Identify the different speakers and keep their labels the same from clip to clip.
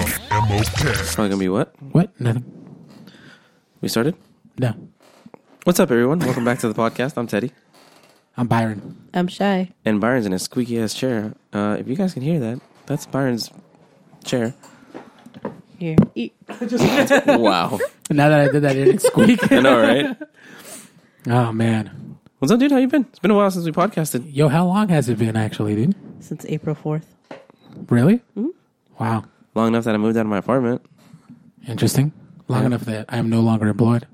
Speaker 1: Probably gonna be what?
Speaker 2: What? Nothing.
Speaker 1: We started?
Speaker 2: No.
Speaker 1: What's up, everyone? Welcome back to the podcast. I'm Teddy.
Speaker 2: I'm Byron.
Speaker 3: I'm shy.
Speaker 1: And Byron's in a squeaky ass chair. Uh, if you guys can hear that, that's Byron's chair.
Speaker 3: Here. Eat.
Speaker 1: Wow.
Speaker 2: Now that I did that, it didn't squeak.
Speaker 1: I know, right?
Speaker 2: oh man.
Speaker 1: What's up, dude? How you been? It's been a while since we podcasted.
Speaker 2: Yo, how long has it been actually, dude?
Speaker 3: Since April 4th.
Speaker 2: Really? Wow.
Speaker 1: Long enough that I moved out of my apartment.
Speaker 2: Interesting. Long
Speaker 1: Yeah.
Speaker 2: enough that I am no longer employed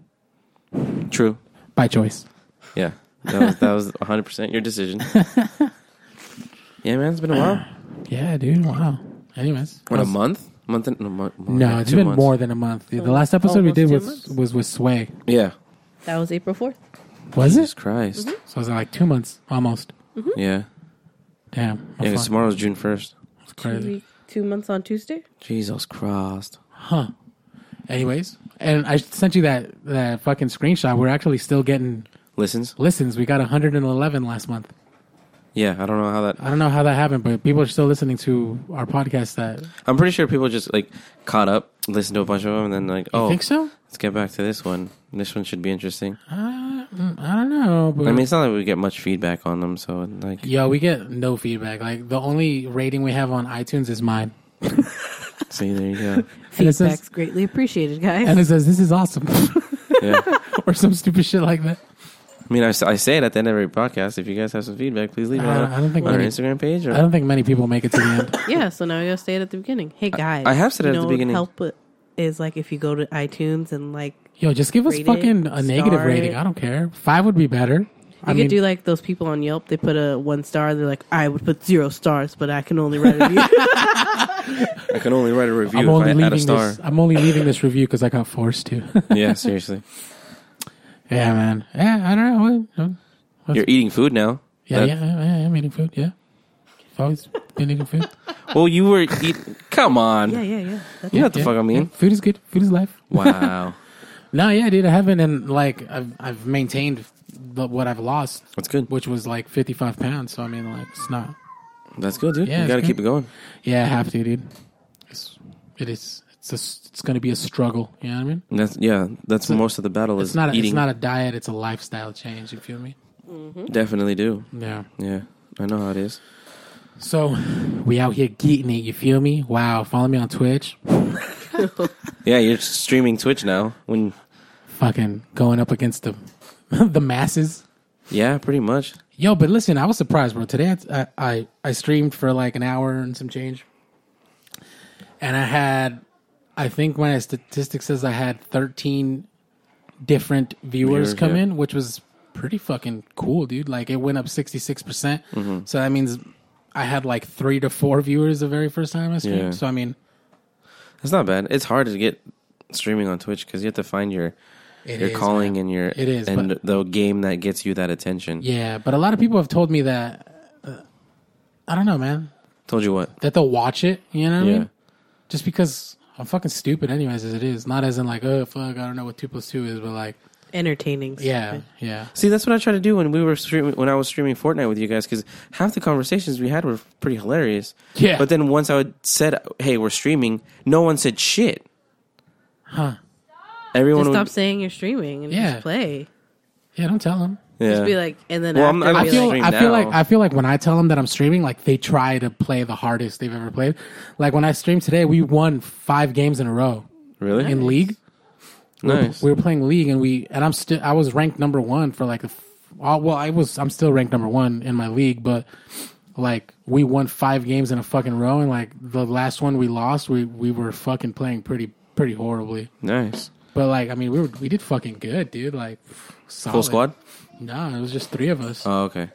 Speaker 1: True.
Speaker 2: by choice.
Speaker 1: Yeah. That was, that was 100% your decision. yeah, man. It's been a while.
Speaker 2: Yeah, dude. Wow. Anyways,
Speaker 1: What, a
Speaker 2: how's-
Speaker 1: month? Month and a month.
Speaker 2: No, it's
Speaker 1: two
Speaker 2: been
Speaker 1: months. Oh.
Speaker 2: more than a month. dude. The last episode we
Speaker 3: Almost
Speaker 2: did
Speaker 3: two
Speaker 2: was
Speaker 3: months?
Speaker 2: was with Sway.
Speaker 1: Yeah.
Speaker 3: That was April 4th.
Speaker 2: Was
Speaker 1: Jesus
Speaker 2: it?
Speaker 1: Christ.
Speaker 2: So it's like two months almost.
Speaker 1: Yeah.
Speaker 2: Damn. my
Speaker 1: Yeah, 'cause
Speaker 2: fuck.
Speaker 1: tomorrow's June 1st.
Speaker 2: It's
Speaker 3: Two,
Speaker 2: crazy.
Speaker 3: week- two months on Tuesday.
Speaker 1: Jesus Christ.
Speaker 2: Huh. Anyways, and I sent you that that fucking screenshot. We're actually still getting
Speaker 1: Listens?
Speaker 2: listens. We got 111 last month.
Speaker 1: Yeah, I don't know how that
Speaker 2: I don't know how that happened, but people are still listening to our podcast. That
Speaker 1: I'm pretty sure people just like caught up, listened to a bunch of them, and then like,
Speaker 2: you
Speaker 1: oh,
Speaker 2: think so?
Speaker 1: let's get back to this one. This one should be interesting.
Speaker 2: Uh, mm, I don't know. But
Speaker 1: I mean, it's not like we get much feedback on them, so like,
Speaker 2: yo, we get no feedback. Like the only rating we have on iTunes is mine,
Speaker 1: see, there you go.
Speaker 2: And it says-
Speaker 3: Feedback's greatly appreciated, guys.
Speaker 2: and it says this is awesome
Speaker 1: Yeah,
Speaker 2: or some stupid shit like that.
Speaker 1: I mean, I, s- I say it at the end of every podcast. If you guys have some feedback, please leave it
Speaker 2: Uh,
Speaker 1: on,
Speaker 2: I don't think
Speaker 1: on our
Speaker 2: many-
Speaker 1: Instagram page. Or,
Speaker 2: I don't think many people make it to the end.
Speaker 3: yeah, so now you gotta say it at the beginning. Hey, guys.
Speaker 1: I have said it at
Speaker 3: you
Speaker 1: the
Speaker 3: know what
Speaker 1: beginning.
Speaker 3: help it is like if you go to iTunes and like, you
Speaker 2: Yo, just give us
Speaker 3: Rate it,
Speaker 2: fucking a negative
Speaker 3: star
Speaker 2: rating.
Speaker 3: it.
Speaker 2: I don't care. Five would be better. I
Speaker 3: could
Speaker 2: mean,
Speaker 3: do like those people on Yelp. They put a one star. They're like, I would put zero stars, but I can only write a review.
Speaker 1: I can only write a review
Speaker 2: I'm only
Speaker 1: if I add
Speaker 2: leaving
Speaker 1: a star.
Speaker 2: this. I'm only leaving this review because I got forced to.
Speaker 1: yeah, seriously,
Speaker 2: yeah, man. Yeah, I don't know. That's-
Speaker 1: you're eating food now.
Speaker 2: Yeah,
Speaker 1: That-
Speaker 2: yeah, yeah, yeah. I'm eating food. Yeah, I've always been eating food.
Speaker 1: Well, you were eating. Come on,
Speaker 3: yeah, yeah, yeah. That's
Speaker 1: you know what the
Speaker 2: Yeah,
Speaker 1: fuck I mean.
Speaker 2: yeah. Food is good. Food is life.
Speaker 1: Wow,
Speaker 2: No, yeah, dude, I haven't, and like I've I've maintained the, what I've lost,
Speaker 1: that's good.
Speaker 2: which was like 55 pounds. So I mean, like it's not.
Speaker 1: That's good, dude.
Speaker 2: Yeah,
Speaker 1: you
Speaker 2: it's
Speaker 1: gotta
Speaker 2: good.
Speaker 1: keep it going.
Speaker 2: Yeah, I have to, dude. It's it is. It's a, s- it's going to be a struggle. You know what I mean?
Speaker 1: And that's yeah. That's most of the battle is
Speaker 2: It's not. A,
Speaker 1: eating.
Speaker 2: it's not a diet. It's a lifestyle change. You feel me?
Speaker 1: Definitely do.
Speaker 2: Yeah.
Speaker 1: Yeah, I know how it is.
Speaker 2: So we out here getting it. You feel me? Wow. Follow me on Twitch.
Speaker 1: Yeah, you're streaming Twitch now. When
Speaker 2: Fucking going up against the the masses.
Speaker 1: yeah, pretty much.
Speaker 2: Yo, but listen, I was surprised, bro. Today I, I I streamed for like an hour and some change, and I had, I think my statistic says I had thirteen different viewers
Speaker 1: Viewers,
Speaker 2: come
Speaker 1: yeah.
Speaker 2: in, which was pretty fucking cool, dude. Like it went up sixty six percent,
Speaker 1: Mm-hmm.
Speaker 2: so that means I had like three to four viewers the very first time I streamed.
Speaker 1: Yeah.
Speaker 2: So I mean,
Speaker 1: It's not bad. It's hard to get streaming on Twitch because you have to find your
Speaker 2: it
Speaker 1: your
Speaker 2: is,
Speaker 1: calling
Speaker 2: man.
Speaker 1: and your
Speaker 2: It is,
Speaker 1: and
Speaker 2: but-
Speaker 1: the game that gets you that attention.
Speaker 2: yeah. But a lot of people have told me that. Uh, I don't know, man.
Speaker 1: Told you what.
Speaker 2: That they'll watch it. You know what I
Speaker 1: Yeah,
Speaker 2: mean? just because I'm fucking stupid, anyways, as it is. Not as in like, oh fuck, I don't know what two plus two is, but like,
Speaker 3: entertaining.
Speaker 2: yeah, yeah,
Speaker 1: See, that's what I try to do when we were streaming when I was streaming Fortnite with you guys because half the conversations we had were pretty hilarious.
Speaker 2: Yeah.
Speaker 1: But then once I would said, "Hey, we're streaming," no one said shit.
Speaker 2: huh?
Speaker 1: Everyone
Speaker 3: Just
Speaker 1: would
Speaker 3: stop saying you're streaming and
Speaker 2: Yeah.
Speaker 3: just play.
Speaker 2: Yeah, don't tell them.
Speaker 1: yeah.
Speaker 3: Just be like, and then
Speaker 1: Well, I'm-
Speaker 3: after,
Speaker 1: I'm
Speaker 3: be
Speaker 2: I
Speaker 1: We
Speaker 3: like,
Speaker 2: feel,
Speaker 1: stream
Speaker 2: I feel
Speaker 1: now.
Speaker 2: like, I feel like when I tell them that I'm streaming, like they try to play the hardest they've ever played. Like when I streamed today, we won five games in a row
Speaker 1: really
Speaker 2: in league.
Speaker 1: nice.
Speaker 2: We were playing league, and we and I'm still I was ranked number one for like a f- uh, well I was I'm still ranked number one in my league, but like we won five games in a fucking row, and like the last one we lost, we we were fucking playing pretty pretty horribly.
Speaker 1: nice.
Speaker 2: But like I mean, we were we did fucking good, dude. Like solid.
Speaker 1: Full squad.
Speaker 2: No, it was just three of us.
Speaker 1: Oh, okay.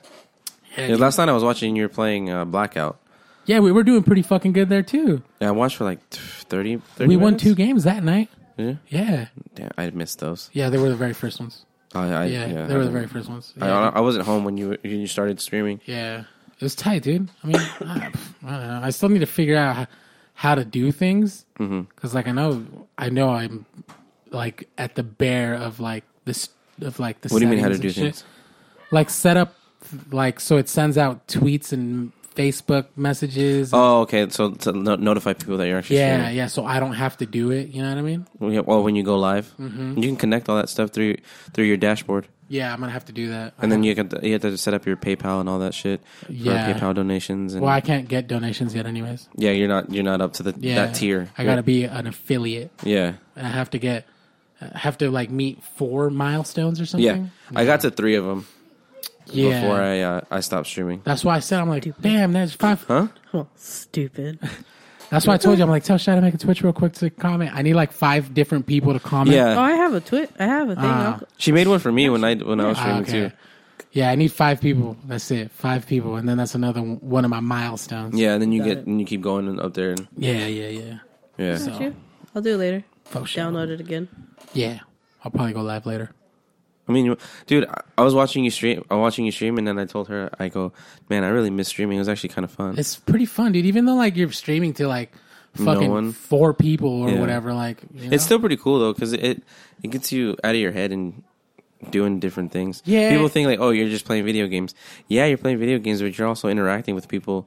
Speaker 2: yeah,
Speaker 1: Yeah, last night I was watching you were playing uh, Blackout.
Speaker 2: yeah, we were doing pretty fucking good there too.
Speaker 1: Yeah, I watched for like t- 30, 30
Speaker 2: We won
Speaker 1: minutes?
Speaker 2: two games that night.
Speaker 1: Yeah.
Speaker 2: Yeah,
Speaker 1: Damn, I missed those.
Speaker 2: yeah, they were the very first ones.
Speaker 1: I, I,
Speaker 2: Yeah,
Speaker 1: yeah,
Speaker 2: they
Speaker 1: I
Speaker 2: were the
Speaker 1: don't-
Speaker 2: very first ones.
Speaker 1: I,
Speaker 2: Yeah.
Speaker 1: I wasn't home when you were- you started streaming.
Speaker 2: Yeah, it was tight, dude. I mean, I, I don't know. I still need to figure out how, how to do things because,
Speaker 1: Mm-hmm.
Speaker 2: like, I know, I know, I'm like at the bare of like this of like the.
Speaker 1: What do you mean how to
Speaker 2: settings
Speaker 1: do
Speaker 2: and shit.
Speaker 1: things?
Speaker 2: Like set up like so it sends out tweets and Facebook messages.
Speaker 1: Oh, okay. So to no- notify people that you're actually
Speaker 2: yeah,
Speaker 1: streaming.
Speaker 2: yeah. So I don't have to do it. You know what I mean?
Speaker 1: Well, yeah. Well, when you go live,
Speaker 2: Mm-hmm.
Speaker 1: you can connect all that stuff through through your dashboard,
Speaker 2: Yeah, I'm gonna have to do that.
Speaker 1: and then you can you have to set up your PayPal and all that shit for
Speaker 2: Yeah.
Speaker 1: PayPal donations. And
Speaker 2: well, I can't get donations yet, anyways.
Speaker 1: yeah, you're not you're not up to the
Speaker 2: Yeah,
Speaker 1: that tier.
Speaker 2: I gotta be an affiliate,
Speaker 1: Yeah.
Speaker 2: and I have to get, I have to like meet four milestones or something.
Speaker 1: Yeah. I got to three of them
Speaker 2: yeah.
Speaker 1: before I uh, I stopped streaming.
Speaker 2: That's why I said I'm like, damn, that's five.
Speaker 1: Huh?
Speaker 3: Oh, stupid.
Speaker 2: That's why I told you I'm like, tell Shad to make a Twitch real quick to comment. I need like five different people to comment.
Speaker 3: Oh,
Speaker 1: Yeah.
Speaker 3: I have a twit. I have a thing.
Speaker 2: Ah.
Speaker 3: I'll-
Speaker 1: She made one for me when I when I was
Speaker 2: Ah,
Speaker 1: streaming
Speaker 2: okay.
Speaker 1: too.
Speaker 2: Yeah, I need five people. That's it, five people, and then that's another one one of my milestones.
Speaker 1: Yeah, and then you get and you keep going and up there and
Speaker 2: yeah, yeah, yeah.
Speaker 1: yeah.
Speaker 2: So-
Speaker 3: Got you. I'll do it later.
Speaker 2: For sure.
Speaker 3: Download it again.
Speaker 2: Yeah, I'll probably go live later.
Speaker 1: I mean, you- dude, I- I was watching you stream. I was watching you stream, and then I told her, I go, man, I really miss streaming. It was actually kind of fun.
Speaker 2: It's pretty fun, dude. Even though like you're streaming to like fucking
Speaker 1: one.
Speaker 2: four people or
Speaker 1: Yeah.
Speaker 2: whatever, like you know?
Speaker 1: It's still pretty cool though, because it it gets you out of your head and doing different things.
Speaker 2: Yeah.
Speaker 1: people think like, oh, you're just playing video games. Yeah, you're playing video games, but you're also interacting with people.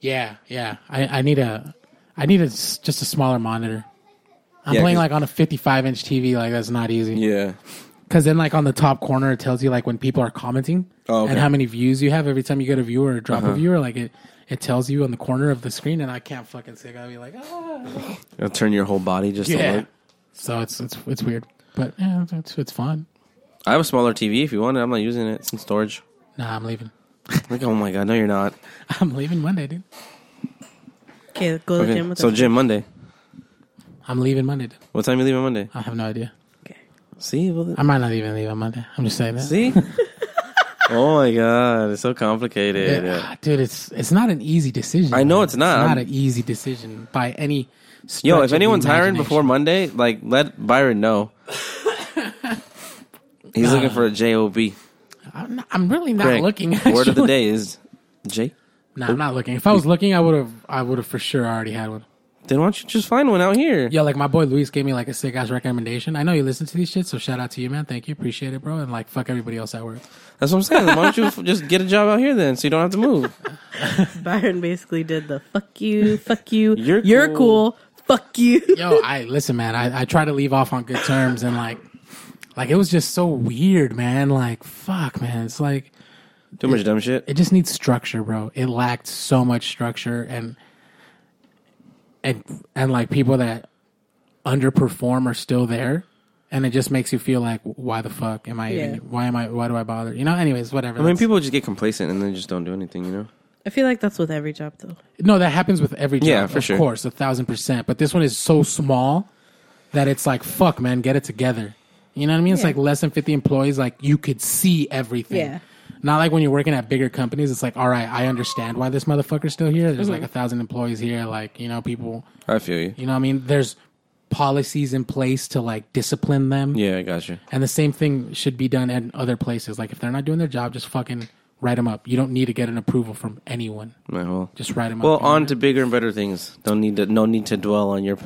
Speaker 2: yeah, yeah. I, I need a, I need a s- just a smaller monitor. I'm
Speaker 1: Yeah,
Speaker 2: playing
Speaker 1: 'cause-
Speaker 2: like on a 55 inch TV. Like that's not easy.
Speaker 1: Yeah,
Speaker 2: Because then, like on the top corner, it tells you like when people are commenting
Speaker 1: Oh, okay. Uh-huh.
Speaker 2: and how many views you have every time you get a viewer or drop a viewer. Like it, it tells you on the corner of the screen, and I can't fucking see. I gotta be like, ah.
Speaker 1: It'll turn your whole body just. Yeah.
Speaker 2: yeah. So it's it's it's weird, but yeah, it's it's fun.
Speaker 1: I have a smaller TV. If you want it, I'm not using it. It's in storage.
Speaker 2: Nah, I'm leaving.
Speaker 1: Like, oh my god, no, you're not.
Speaker 2: I'm leaving Monday, dude.
Speaker 3: Okay, go to the gym
Speaker 1: Okay,
Speaker 3: with
Speaker 1: so
Speaker 3: us.
Speaker 1: gym Monday.
Speaker 2: I'm leaving Monday. Dude.
Speaker 1: What time you leaving Monday?
Speaker 2: I have no idea.
Speaker 3: Okay.
Speaker 1: See, Ah, well,
Speaker 2: I might not even leave on Monday. I'm just saying that.
Speaker 1: see. oh my god, it's so complicated.
Speaker 2: Yeah. Ah, Dude, it's it's not an easy decision.
Speaker 1: I know
Speaker 2: man.
Speaker 1: it's not.
Speaker 2: It's not
Speaker 1: I'm-
Speaker 2: an easy decision by any. Stretch
Speaker 1: Yo,
Speaker 2: of
Speaker 1: if
Speaker 2: the
Speaker 1: anyone's hiring
Speaker 2: imagination.
Speaker 1: before Monday, like let Byron know. He's looking for a job.
Speaker 2: I'm, not- I'm really not
Speaker 1: Greg,
Speaker 2: looking.
Speaker 1: Word of the
Speaker 2: actually.
Speaker 1: day is J.
Speaker 2: No, I'm not looking. If I was looking, I would have. I would have for sure already had one.
Speaker 1: Then why don't you just find one out here?
Speaker 2: Yeah, like my boy Luis gave me like a sick ass recommendation. I know you listen to these shit, so shout out to you, man. Thank you, appreciate it, bro. And like fuck everybody else at work.
Speaker 1: That's what I'm saying. Why don't you f- just get a job out here then, so you don't have to move?
Speaker 3: Byron basically did the fuck you, fuck you,
Speaker 1: You're
Speaker 3: you're,
Speaker 1: cool.
Speaker 3: cool. fuck you.
Speaker 2: Yo, I listen, man. I, I try to leave off on good terms, and like, like it was just so weird, man. Like fuck, man. It's like
Speaker 1: Too much dumb shit.
Speaker 2: it just needs structure, bro. It lacked so much structure, and and and like people that underperform are still there, and it just makes you feel like, why the fuck am I?
Speaker 3: Yeah.
Speaker 2: Even, why am I? Why do I bother? You know. Anyways, whatever.
Speaker 1: I mean, people just get complacent and then just don't do anything. You know?
Speaker 3: I feel like that's with every job though.
Speaker 2: No, that happens with every job.
Speaker 1: Yeah, for
Speaker 2: of
Speaker 1: sure.
Speaker 2: course, a thousand percent. But this one is so small that it's like, fuck, man, get it together. You know what I mean? It's
Speaker 3: Yeah.
Speaker 2: like less than fifty employees. Like you could see everything.
Speaker 3: Yeah.
Speaker 2: Not like when you're working at bigger companies. It's like, all right, I understand why this motherfucker's still here. There's
Speaker 3: Mm-hmm.
Speaker 2: like a thousand employees here. Like you know, people.
Speaker 1: I feel you.
Speaker 2: You know what I mean? There's policies in place to like discipline them.
Speaker 1: Yeah, I got you.
Speaker 2: And the same thing should be done at other places. Like if they're not doing their job, just fucking write them up. You don't need to get an approval from anyone.
Speaker 1: My whole.
Speaker 2: Just write them
Speaker 1: Well,
Speaker 2: up. you know?
Speaker 1: on to bigger and better things. Don't need to. No need to dwell on your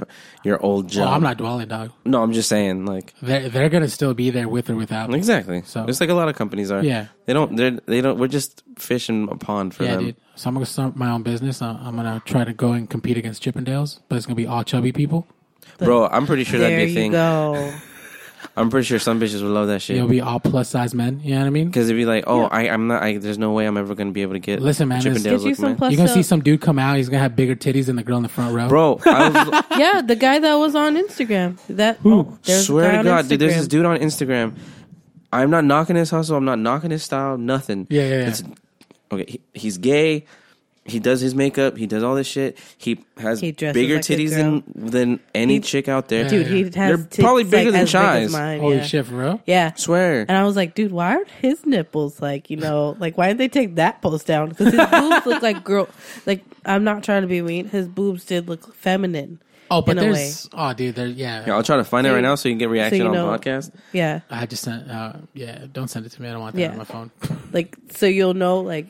Speaker 1: your old job.
Speaker 2: Oh, I'm not dwelling, dog.
Speaker 1: No, I'm just saying. Like
Speaker 2: They're they're gonna still be there with or without. me.
Speaker 1: exactly. So
Speaker 2: So-
Speaker 1: it's like a lot of companies are.
Speaker 2: Yeah.
Speaker 1: They don't. They're. They don't. We're just fishing a pond for
Speaker 2: yeah,
Speaker 1: them.
Speaker 2: dude. So I'm gonna start my own business. I'm, I'm gonna try to go and compete against Chippendales, but it's gonna be all chubby people.
Speaker 1: Bro, I'm pretty sure that'd be
Speaker 3: there
Speaker 1: a
Speaker 3: you
Speaker 1: thing.
Speaker 3: go.
Speaker 1: I'm pretty sure some bitches would love that shit.
Speaker 2: It'll be all plus size men. You know what I mean?
Speaker 1: Because it'd be like, oh, I, I'm not. I, there's no way I'm ever gonna be able to get.
Speaker 2: Listen, man,
Speaker 1: Chippendales
Speaker 2: it's- Get
Speaker 3: Did you
Speaker 1: looking
Speaker 3: some
Speaker 1: man.
Speaker 3: plus
Speaker 2: You're gonna see
Speaker 3: size-
Speaker 2: some dude come out. He's gonna have bigger titties than the girl in the front row.
Speaker 1: Bro, I
Speaker 3: Yeah, the guy that was on Instagram. That oh,
Speaker 1: was,
Speaker 3: there's a guy
Speaker 1: swear to
Speaker 3: on
Speaker 1: God, dude, there's
Speaker 3: Instagram.
Speaker 1: this dude on Instagram. I'm not knocking his hustle. I'm not knocking his style. Nothing.
Speaker 2: Yeah, yeah, yeah.
Speaker 1: It's- okay, he, he's gay. He does his makeup. He does all this shit. He has
Speaker 3: He dresses
Speaker 1: bigger
Speaker 3: like a
Speaker 1: titties
Speaker 3: girl.
Speaker 1: than than any
Speaker 3: He-
Speaker 1: chick out there.
Speaker 3: Dude, he has
Speaker 1: They're
Speaker 3: tits,
Speaker 1: probably bigger
Speaker 3: like,
Speaker 1: than
Speaker 3: as big
Speaker 1: Shai's.
Speaker 3: as mine.
Speaker 2: Holy
Speaker 3: yeah.
Speaker 2: shit, for real?
Speaker 3: Yeah.
Speaker 1: Swear.
Speaker 3: And I was like, dude, why aren't his nipples like, you know, like why didn't they take that post down? Because his boobs look like girl. Like I'm not trying to be mean. His boobs did look feminine.
Speaker 2: Oh, but
Speaker 3: in a way.
Speaker 2: there's oh, dude, there. Yeah,
Speaker 1: Here, I'll try to find it
Speaker 3: So-
Speaker 1: right now so you can get reaction
Speaker 3: you
Speaker 1: on
Speaker 3: know-
Speaker 1: the podcast.
Speaker 3: Yeah,
Speaker 2: I just sent. Uh, yeah, don't send it to me. I don't want that
Speaker 3: Yeah.
Speaker 2: on my phone.
Speaker 3: like so you'll know like,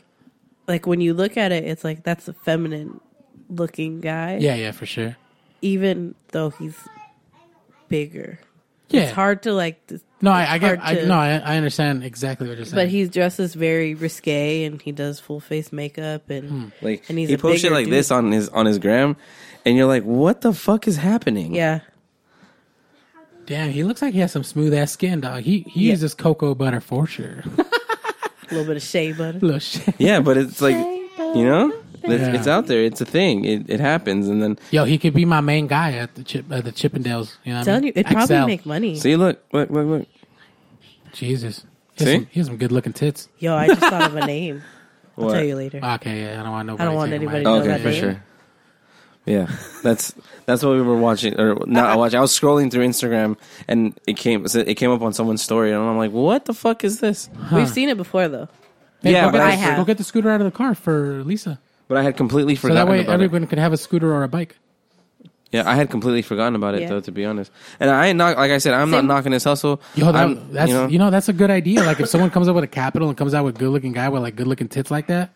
Speaker 3: like when you look at it, it's like that's a feminine looking guy.
Speaker 2: yeah, yeah, for sure.
Speaker 3: even though he's bigger.
Speaker 2: Yeah.
Speaker 3: It's hard to like. th-
Speaker 2: No, I, I
Speaker 3: it's
Speaker 2: get.
Speaker 3: hard
Speaker 2: I,
Speaker 3: to-
Speaker 2: no, I, I understand exactly what you're saying.
Speaker 3: But he dresses very risque, and he does full face makeup, and
Speaker 2: Hmm.
Speaker 1: Like
Speaker 3: And he's
Speaker 1: he
Speaker 3: a
Speaker 1: posted
Speaker 3: bigger
Speaker 1: like
Speaker 3: dude.
Speaker 1: this on his on his gram, and you're like, what the fuck is happening?
Speaker 3: yeah,
Speaker 2: Damn, he looks like he has some smooth ass skin, dog. He he
Speaker 1: Yeah.
Speaker 2: uses cocoa butter for sure.
Speaker 3: a little bit of shea butter.
Speaker 2: Little shit.
Speaker 1: yeah, but it's like you know, it's,
Speaker 2: Yeah.
Speaker 1: it's out there. It's a thing. It, it happens, and then
Speaker 2: Yo, he could be my main guy at the chip at the Chippendales. You know, what I
Speaker 3: Telling
Speaker 2: mean?
Speaker 3: you, it probably
Speaker 2: XL.
Speaker 3: make money.
Speaker 1: see, look, look, look, look.
Speaker 2: Jesus. He
Speaker 1: See?
Speaker 2: has, some, he has some good looking tits.
Speaker 3: Yo, I just thought of a name. I'll
Speaker 1: What?
Speaker 3: tell you later.
Speaker 2: Okay, yeah, I don't want nobody.
Speaker 3: don't want
Speaker 2: taking my-
Speaker 3: anybody to
Speaker 1: Oh,
Speaker 3: know
Speaker 1: okay,
Speaker 3: that
Speaker 1: for
Speaker 3: name?
Speaker 1: sure. Yeah, that's that's what we were watching, or not watching. I was scrolling through Instagram, and it came it came up on someone's story, and I'm like, what the fuck is this?
Speaker 3: We've seen it before, though.
Speaker 2: Hey,
Speaker 1: Yeah,
Speaker 2: go, get,
Speaker 1: but I
Speaker 2: the-
Speaker 3: have.
Speaker 2: go get the scooter out of the car for Lisa.
Speaker 1: But I had completely
Speaker 2: So
Speaker 1: forgotten
Speaker 2: that way,
Speaker 1: about it.
Speaker 2: everyone could have a scooter or a bike.
Speaker 1: Yeah, I had completely forgotten about it
Speaker 3: Yeah.
Speaker 1: though, to be honest. And I ain't not like I said, I'm not
Speaker 3: Same.
Speaker 1: knocking this hustle.
Speaker 2: Yo, that,
Speaker 1: I'm-
Speaker 2: that's
Speaker 1: you know,
Speaker 2: that's a good idea. Like if someone comes up with a capital and comes out with good looking guy with like good looking tits like that,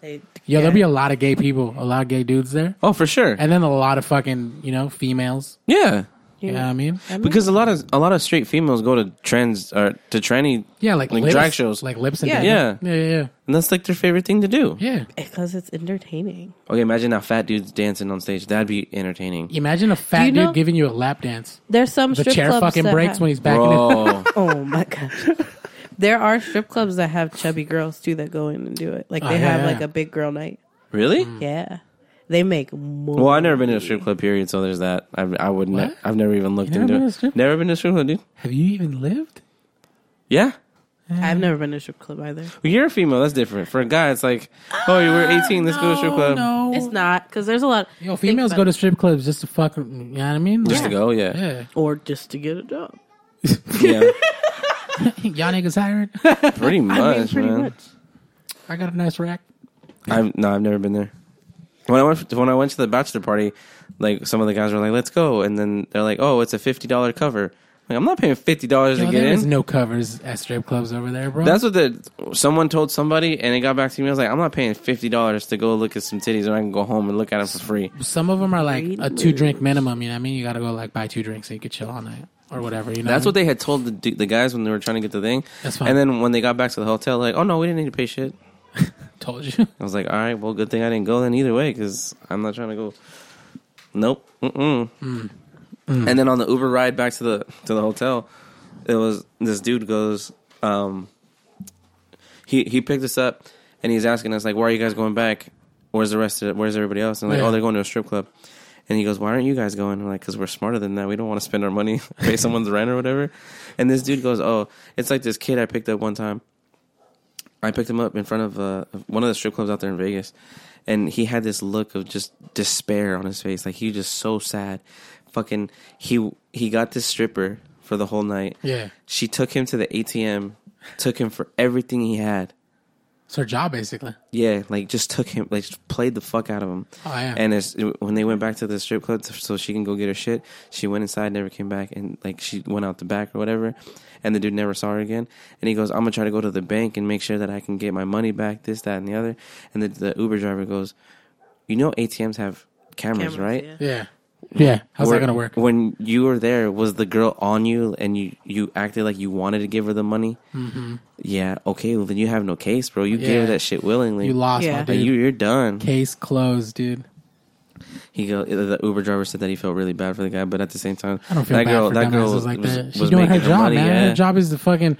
Speaker 3: They,
Speaker 2: yo, there'll be a lot of gay people, a lot of gay dudes there,
Speaker 1: oh for sure,
Speaker 2: and then a lot of fucking you know females.
Speaker 1: yeah.
Speaker 2: You know what I mean?
Speaker 1: Because a lot of a lot of straight females go to trans or to tranny,
Speaker 2: Yeah, like,
Speaker 1: Like
Speaker 2: lips,
Speaker 1: drag shows.
Speaker 2: like lips and
Speaker 3: Yeah.
Speaker 2: yeah, yeah, yeah,
Speaker 1: and that's like their favorite thing to do.
Speaker 2: yeah. yeah.
Speaker 3: because it's entertaining.
Speaker 1: Okay, imagine now fat dudes dancing on stage. That'd be entertaining,
Speaker 2: Imagine a fat
Speaker 3: you
Speaker 2: dude
Speaker 3: know-
Speaker 2: giving you a lap dance.
Speaker 3: There's some
Speaker 2: The
Speaker 3: strip
Speaker 2: chair
Speaker 3: clubs
Speaker 2: fucking
Speaker 3: that
Speaker 2: breaks
Speaker 3: have-
Speaker 2: when he's back in it.
Speaker 1: bro.
Speaker 3: Oh my gosh. there are strip clubs that have chubby girls too that go in and do it. Like they
Speaker 2: Oh, yeah,
Speaker 3: have
Speaker 2: yeah.
Speaker 3: like a big girl night.
Speaker 2: Mm-hmm.
Speaker 1: really?
Speaker 3: Yeah. They make more.
Speaker 1: Well, I've never been to a strip club. Period. So there's that. I, I would. Ne-
Speaker 2: What?
Speaker 1: I've never even looked
Speaker 2: You never
Speaker 1: into
Speaker 2: been to a
Speaker 1: it.
Speaker 2: strip club?
Speaker 1: Never been to a strip club, dude.
Speaker 2: Have you even lived?
Speaker 1: Yeah.
Speaker 3: I've never been to a strip club either.
Speaker 1: Well, you're a female. That's different. For a guy, it's like, oh, you were 18. Let's go to a strip club.
Speaker 2: No,
Speaker 3: It's not because there's a lot.
Speaker 2: Oh. Yo,
Speaker 3: think
Speaker 2: females
Speaker 3: about
Speaker 2: go to
Speaker 3: it.
Speaker 2: strip clubs just to fuck. You know what I mean?
Speaker 1: Just to
Speaker 2: Like,
Speaker 1: go, yeah.
Speaker 2: Yeah,
Speaker 3: or just to get it up.
Speaker 1: Yeah.
Speaker 2: y'all niggas hired.
Speaker 1: pretty much,
Speaker 3: I mean, pretty
Speaker 1: man.
Speaker 3: much.
Speaker 2: I got a nice rack.
Speaker 1: I've no, I've never been there. When I went when I went to the bachelor party, like some of the guys were like, "Let's go," and then they're like, "Oh, it's a fifty dollar cover." Like, I'm not paying fifty dollars to
Speaker 2: Yo,
Speaker 1: get
Speaker 2: there is
Speaker 1: in.
Speaker 2: no covers at strip clubs over there, bro.
Speaker 1: That's what the someone told somebody, and it got back to me. I was like, "I'm not paying fifty dollars to go look at some titties, and I can go home and look at them for free."
Speaker 2: Some of them are like a
Speaker 3: Really?
Speaker 2: two drink minimum. You know what I mean? You got to go like buy two drinks so you could chill all night or whatever. You know,
Speaker 1: That's what
Speaker 2: what I
Speaker 1: they had told the du- the guys when they were trying to get the thing.
Speaker 2: That's fine.
Speaker 1: And then when they got back to the hotel, like, "Oh no, we didn't need to pay shit."
Speaker 2: mean? told you.
Speaker 1: I was like, "All right, well, good thing I didn't go then either way, because I'm not trying to go." Nope. Mm-mm. And then on the Uber ride back to the to the hotel, it was this dude goes, um, he he picked us up and he's asking us like, "Why are you guys going back? Where's the rest of Where's everybody else?" And I'm like,
Speaker 2: Yeah.
Speaker 1: "Oh, they're going to a strip club." And he goes, "Why aren't you guys going?" I'm like, "Cause we're smarter than that. We don't want to spend our money pay someone's rent or whatever." And this dude goes, "Oh, it's like this kid I picked up one time. I picked him up in front of uh, one of the strip clubs out there in Vegas, and he had this look of just despair on his face, like he was just so sad. Fucking, he he got this stripper for the whole night.
Speaker 2: Yeah,
Speaker 1: She took him to the ATM, took him for everything he had.
Speaker 2: it's her job basically.
Speaker 1: Yeah, like just took him, like just played the fuck out of him.
Speaker 2: Oh yeah,
Speaker 1: And it's, when they went back to the strip club t- so she can go get her shit, she went inside, never came back, and like she went out the back or whatever. And the dude never saw her again. And he goes, "I'm gonna try to go to the bank and make sure that I can get my money back, this, that, and the other." And the, the Uber driver goes, "You know ATMs have cameras,
Speaker 3: Cameras,
Speaker 1: right?"
Speaker 3: yeah.
Speaker 2: yeah, yeah. How's
Speaker 1: Where-
Speaker 2: that gonna work?
Speaker 1: When you were there, was the girl on you and you you acted like you wanted to give her the money? Mm-hmm. Yeah. Okay. Well, then you have no case, bro. You gave
Speaker 2: Yeah.
Speaker 1: her that shit willingly.
Speaker 2: You lost,
Speaker 3: Yeah.
Speaker 2: my
Speaker 1: Like,
Speaker 2: dude.
Speaker 1: you, you're done.
Speaker 2: Case closed, dude.
Speaker 1: He go. The Uber driver said that he felt really bad for the guy, but at the same time,
Speaker 2: I don't feel
Speaker 1: that
Speaker 2: bad
Speaker 1: girl,
Speaker 2: for
Speaker 1: that girl
Speaker 2: dumbasses
Speaker 1: was,
Speaker 2: like
Speaker 1: was-
Speaker 2: that. She's
Speaker 1: was
Speaker 2: doing her
Speaker 1: making
Speaker 2: job,
Speaker 1: money,
Speaker 2: man.
Speaker 1: Yeah.
Speaker 2: Her job is to fucking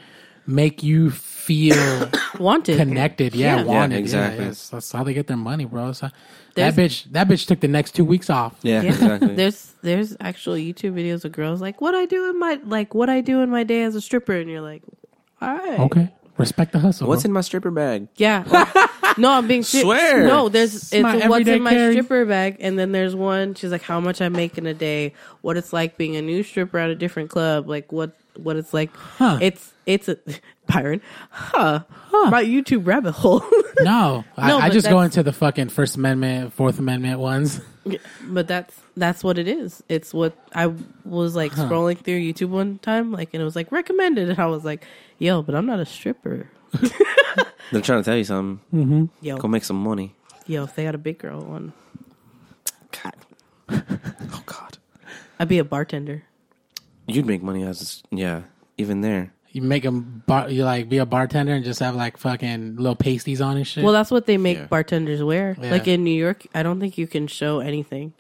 Speaker 2: make you feel
Speaker 3: Wanted.
Speaker 2: connected. Yeah,
Speaker 3: Yeah.
Speaker 2: wanted.
Speaker 1: Yeah,
Speaker 2: Yeah,
Speaker 1: exactly.
Speaker 2: yes. That's how they get their money, bro. So that
Speaker 3: There's-
Speaker 2: bitch, that bitch took the next two weeks off.
Speaker 1: Yeah,
Speaker 3: Yeah.
Speaker 1: exactly.
Speaker 3: There's there's actual YouTube videos of girls like what I do in my like what I do in my day as a stripper, and you're like, all right,
Speaker 2: Okay, respect the hustle.
Speaker 1: What's
Speaker 2: bro.
Speaker 1: in my stripper bag?
Speaker 3: Yeah. or- no, I'm being serious.
Speaker 1: Swear.
Speaker 3: No, there's it's
Speaker 2: my
Speaker 3: what's
Speaker 2: everyday
Speaker 3: in my
Speaker 2: carry.
Speaker 3: stripper bag, and then there's one. She's like, how much I make in a day, what it's like being a new stripper at a different club, like what what it's like.
Speaker 2: Huh.
Speaker 3: It's it's a Byron, huh? My YouTube rabbit hole.
Speaker 2: No, I,
Speaker 3: No,
Speaker 2: I
Speaker 3: but
Speaker 2: just go
Speaker 3: that's-
Speaker 2: into the fucking First Amendment, Fourth Amendment ones.
Speaker 3: but that's that's what it is. It's what I was like scrolling through YouTube one time, like, and it was like recommended, and I was like, yo, but I'm not a stripper.
Speaker 1: They're trying to tell you
Speaker 2: Mm.
Speaker 1: something.
Speaker 3: Yo,
Speaker 1: Go make some money.
Speaker 3: yo, if they got a big girl one,
Speaker 1: God. Oh God.
Speaker 3: I'd be a bartender.
Speaker 1: You'd make money as yeah, even there.
Speaker 2: You make them bar, you like be a bartender and just have like fucking little pasties on and shit.
Speaker 3: Well, that's what they make
Speaker 1: Yeah.
Speaker 3: bartenders wear.
Speaker 2: Yeah.
Speaker 3: Like in New York, I don't think you can show anything.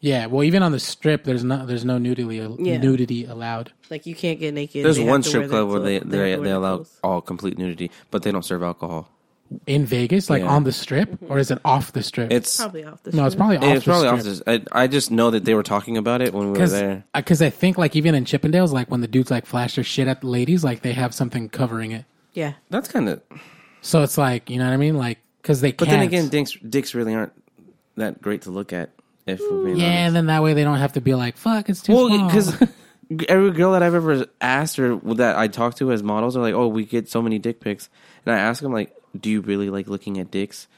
Speaker 2: yeah. Well, even on the strip, there's no there's no nudity uh,
Speaker 3: Yeah.
Speaker 2: nudity allowed.
Speaker 3: Like you can't get naked.
Speaker 1: There's
Speaker 3: They have
Speaker 1: one
Speaker 3: to
Speaker 1: strip
Speaker 3: wear
Speaker 1: club
Speaker 3: their
Speaker 1: where they
Speaker 3: clothes-
Speaker 1: they,
Speaker 3: have to wear
Speaker 1: they
Speaker 3: their
Speaker 1: allow
Speaker 3: clothes.
Speaker 1: all complete nudity, but they don't serve alcohol.
Speaker 2: in Vegas, like
Speaker 1: Yeah.
Speaker 2: on the strip, or is it off the strip?
Speaker 1: It's
Speaker 3: probably off the.
Speaker 2: no, it's
Speaker 3: strip.
Speaker 2: probably off
Speaker 1: it's
Speaker 2: the
Speaker 1: probably
Speaker 2: strip.
Speaker 1: off. This, I, I just know that they were talking about it when we were there.
Speaker 2: Because uh, I think like even in Chippendales, like when the dudes like flash their shit at the ladies, like they have something covering it.
Speaker 3: yeah.
Speaker 1: That's kind of.
Speaker 2: So it's like you know what I mean, like because they.
Speaker 1: But
Speaker 2: can't.
Speaker 1: then again, dicks dicks really aren't that great to look at. If we're being
Speaker 2: yeah,
Speaker 1: honest.
Speaker 2: and then that way they don't have to be like, "Fuck, it's too
Speaker 1: Well,
Speaker 2: small."
Speaker 1: because every girl that I've ever asked or that I talked to as models are like, "Oh, we get so many dick pics," and I ask them like, "Do you really like looking at dicks?"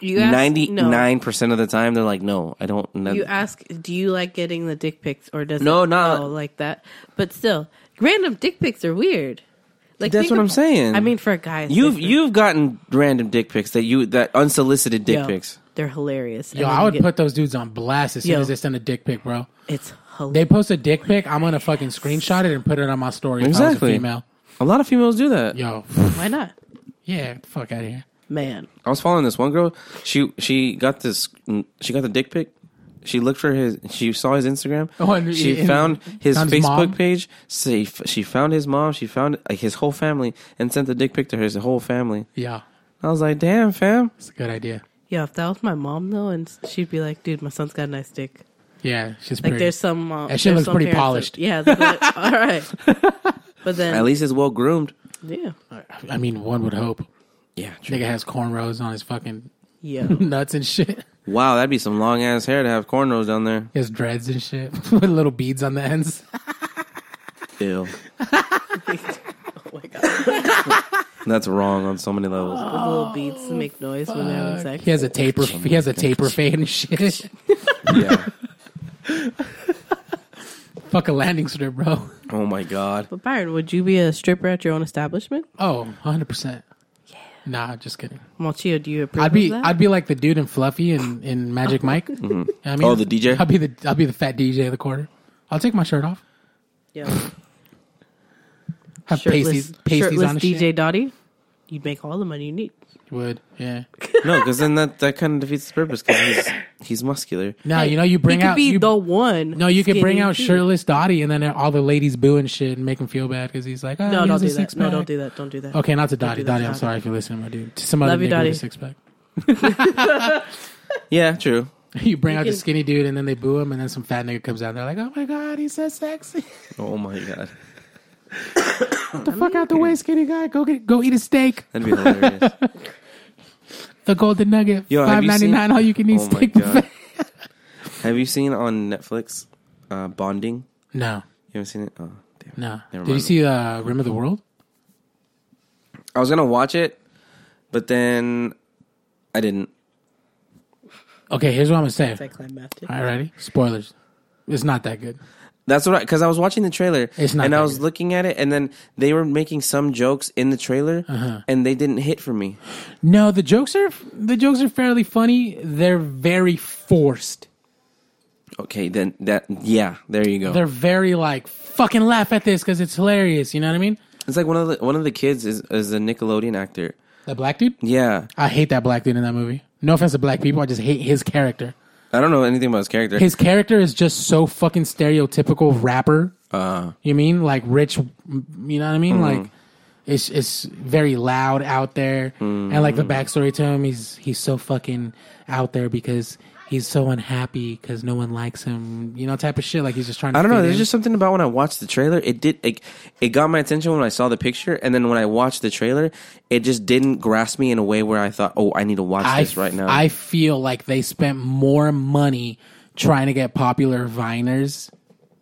Speaker 3: You ask,
Speaker 1: Ninety
Speaker 3: no.
Speaker 1: nine percent of the time, they're like, "No, I don't." no."
Speaker 3: You ask, do you like getting the dick pics or does
Speaker 1: No,
Speaker 3: it
Speaker 1: not-
Speaker 3: go like that? But still, random dick pics are weird. Like
Speaker 1: That's
Speaker 3: think
Speaker 1: what
Speaker 3: of-
Speaker 1: I'm saying.
Speaker 3: I mean, for a guy, it's
Speaker 1: You've
Speaker 3: different.
Speaker 1: you've gotten random dick pics that you that unsolicited dick
Speaker 3: Yo,
Speaker 1: pics.
Speaker 3: They're hilarious.
Speaker 2: yo,
Speaker 3: And then
Speaker 2: I
Speaker 3: you
Speaker 2: would
Speaker 3: get-
Speaker 2: put those dudes on blast as soon
Speaker 3: Yo.
Speaker 2: as they send a dick pic, bro.
Speaker 3: it's
Speaker 2: They
Speaker 3: hilarious.
Speaker 2: post a dick pic, I'm gonna fucking screenshot it and put it on my story. If I was a
Speaker 1: Exactly.
Speaker 2: female.
Speaker 1: A lot of females do that.
Speaker 2: Yo,
Speaker 3: Why not,
Speaker 2: yeah, get the fuck out of here.
Speaker 3: man?
Speaker 1: I was following this one girl. She she got this. She got the dick pic. She looked for his. She saw his Instagram.
Speaker 2: Oh, and-
Speaker 1: she
Speaker 2: and-
Speaker 1: found his
Speaker 2: found his
Speaker 1: Facebook
Speaker 2: mom?
Speaker 1: page. She she found his mom. She found like his whole family and sent the dick pic to his whole family.
Speaker 2: Yeah,
Speaker 1: I was like, damn, fam.
Speaker 2: it's a good idea.
Speaker 3: Yo, if that was my mom though, and she'd be like, "Dude, my son's got a nice dick."
Speaker 2: Yeah, she's
Speaker 3: Like,
Speaker 2: pretty.
Speaker 3: there's some mom.
Speaker 2: That shit
Speaker 3: there's
Speaker 2: looks
Speaker 3: some
Speaker 2: pretty
Speaker 3: parents
Speaker 2: polished.
Speaker 3: that- yeah, they're like, all right. But then,
Speaker 1: At least it's well groomed.
Speaker 3: yeah,
Speaker 2: I mean, one would hope.
Speaker 1: Yeah. true.
Speaker 2: Nigga has cornrows on his fucking
Speaker 3: yo,
Speaker 2: nuts and shit.
Speaker 1: Wow, that'd be some long ass hair to have cornrows down there.
Speaker 2: He has dreads and shit with little beads on the ends.
Speaker 1: Ew.
Speaker 3: oh my god,
Speaker 1: That's wrong on so many levels.
Speaker 3: those little beats that make noise when they're having sex.
Speaker 2: Oh, He has a taper. He has a taper fade and shit.
Speaker 1: Yeah.
Speaker 2: Fuck a landing strip, bro.
Speaker 1: oh my god.
Speaker 3: But Byron, would you be a stripper at your own establishment?
Speaker 2: Oh, 100 percent. Nah, just kidding.
Speaker 3: Malchio, do you approve
Speaker 2: I'd be
Speaker 3: of that?
Speaker 2: I'd be like the dude in Fluffy and in Magic Mike. I mean,
Speaker 1: Oh, the DJ?
Speaker 2: I'll be the I'll be the fat DJ of the quarter. I'll take my shirt off.
Speaker 3: yeah.
Speaker 2: Have pasties,
Speaker 3: shirtless,
Speaker 2: pasties
Speaker 3: shirtless
Speaker 2: on and
Speaker 3: DJ
Speaker 2: shit.
Speaker 3: Dottie. You'd make all the money you need.
Speaker 2: Would yeah.
Speaker 1: No, because then that, that kind of defeats the purpose because he's, he's muscular.
Speaker 2: No, you know you bring
Speaker 3: he could
Speaker 2: out
Speaker 3: be
Speaker 2: you,
Speaker 3: the one.
Speaker 2: no you could bring
Speaker 3: skinny
Speaker 2: out
Speaker 3: dude.
Speaker 2: shirtless Dottie and then all the ladies boo and shit and make him feel bad because he's like oh,
Speaker 3: No,
Speaker 2: he
Speaker 3: don't
Speaker 2: has a
Speaker 3: do that.
Speaker 2: six
Speaker 3: No,
Speaker 2: pack.
Speaker 3: don't do that. Don't do that.
Speaker 2: Okay, not to Dottie.
Speaker 3: do that,
Speaker 2: Dottie, I'm
Speaker 3: Dottie.
Speaker 2: sorry if you're listening, my dude. To some other
Speaker 3: Love you,
Speaker 2: nigga
Speaker 3: Dottie.
Speaker 2: with a six pack.
Speaker 1: Yeah, true.
Speaker 2: You bring out the
Speaker 3: can-
Speaker 2: skinny dude, and then they boo him, and then some fat nigga comes out. They're like, "Oh my god, he's so sexy!
Speaker 1: Oh my god,
Speaker 2: Get the fuck out the way, skinny guy. Go get, go eat a steak.
Speaker 1: that'd be hilarious.
Speaker 2: The golden nugget,
Speaker 1: Yo, have
Speaker 2: five
Speaker 1: you
Speaker 2: ninety
Speaker 1: seen-
Speaker 2: nine, all you can eat
Speaker 1: Oh my
Speaker 2: steak
Speaker 1: god.
Speaker 2: buffet."
Speaker 1: Have you seen on Netflix uh, Bonding?
Speaker 2: No,
Speaker 1: You haven't seen it? Oh, damn.
Speaker 2: no.
Speaker 1: Never
Speaker 2: Did you
Speaker 1: mind.
Speaker 2: see uh, Rim of the World?
Speaker 1: I was gonna watch it, but then I didn't.
Speaker 2: Okay, here's what I'm gonna say.
Speaker 3: It's anticlimactic.
Speaker 2: All right, ready? Spoilers. It's not that good.
Speaker 1: That's what I because I was watching the trailer
Speaker 2: It's not
Speaker 1: and I
Speaker 2: that
Speaker 1: was
Speaker 2: good.
Speaker 1: looking at it, and then they were making some jokes in the trailer,
Speaker 2: Uh-huh.
Speaker 1: and they didn't hit for me.
Speaker 2: No, the jokes are the jokes are fairly funny. They're very forced.
Speaker 1: Okay, then that yeah, there you go.
Speaker 2: They're very like fucking laugh at this because it's hilarious. You know what I mean?
Speaker 1: It's like one of the one of the kids is is a Nickelodeon actor.
Speaker 2: That black dude.
Speaker 1: Yeah,
Speaker 2: I hate that black dude in that movie. No offense to black people, I just hate his character.
Speaker 1: I don't know anything about his character.
Speaker 2: His character is just so fucking stereotypical rapper.
Speaker 1: uh,
Speaker 2: You mean like rich? You know what I mean? Like it's it's very loud out there, and like the
Speaker 1: Mm-hmm.
Speaker 2: backstory to him, he's he's so fucking out there because he's so unhappy because no one likes him. You know, type of shit. Like he's just trying. to
Speaker 1: I don't know.
Speaker 2: fit
Speaker 1: There's
Speaker 2: in.
Speaker 1: just something about when I watched the trailer. It did. It, it got my attention when I saw the picture, and then when I watched the trailer, it just didn't grasp me in a way where I thought, "Oh, I need to watch this
Speaker 2: f-
Speaker 1: right now."
Speaker 2: I feel like they spent more money trying to get popular viners,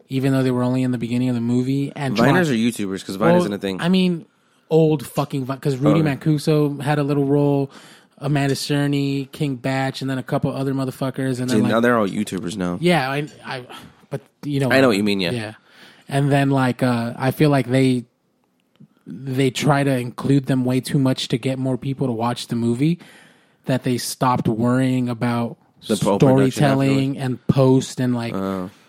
Speaker 2: even though they were only in the beginning of the movie. And trying-
Speaker 1: Viners are YouTubers because Vine
Speaker 2: Well,
Speaker 1: isn't a thing.
Speaker 2: I mean, old fucking because Rudy
Speaker 1: Okay.
Speaker 2: Mancuso had a little role, Amanda Cerny, King Batch, and then a couple other motherfuckers, and then
Speaker 1: Dude,
Speaker 2: like
Speaker 1: now they're all YouTubers now.
Speaker 2: yeah, I, I, but you know,
Speaker 1: I know what you mean, yeah.
Speaker 2: yeah. And then like, uh, I feel like they they try to include them way too much to get more people to watch the movie that they stopped worrying about
Speaker 1: The po- production Uh.
Speaker 2: storytelling and post and like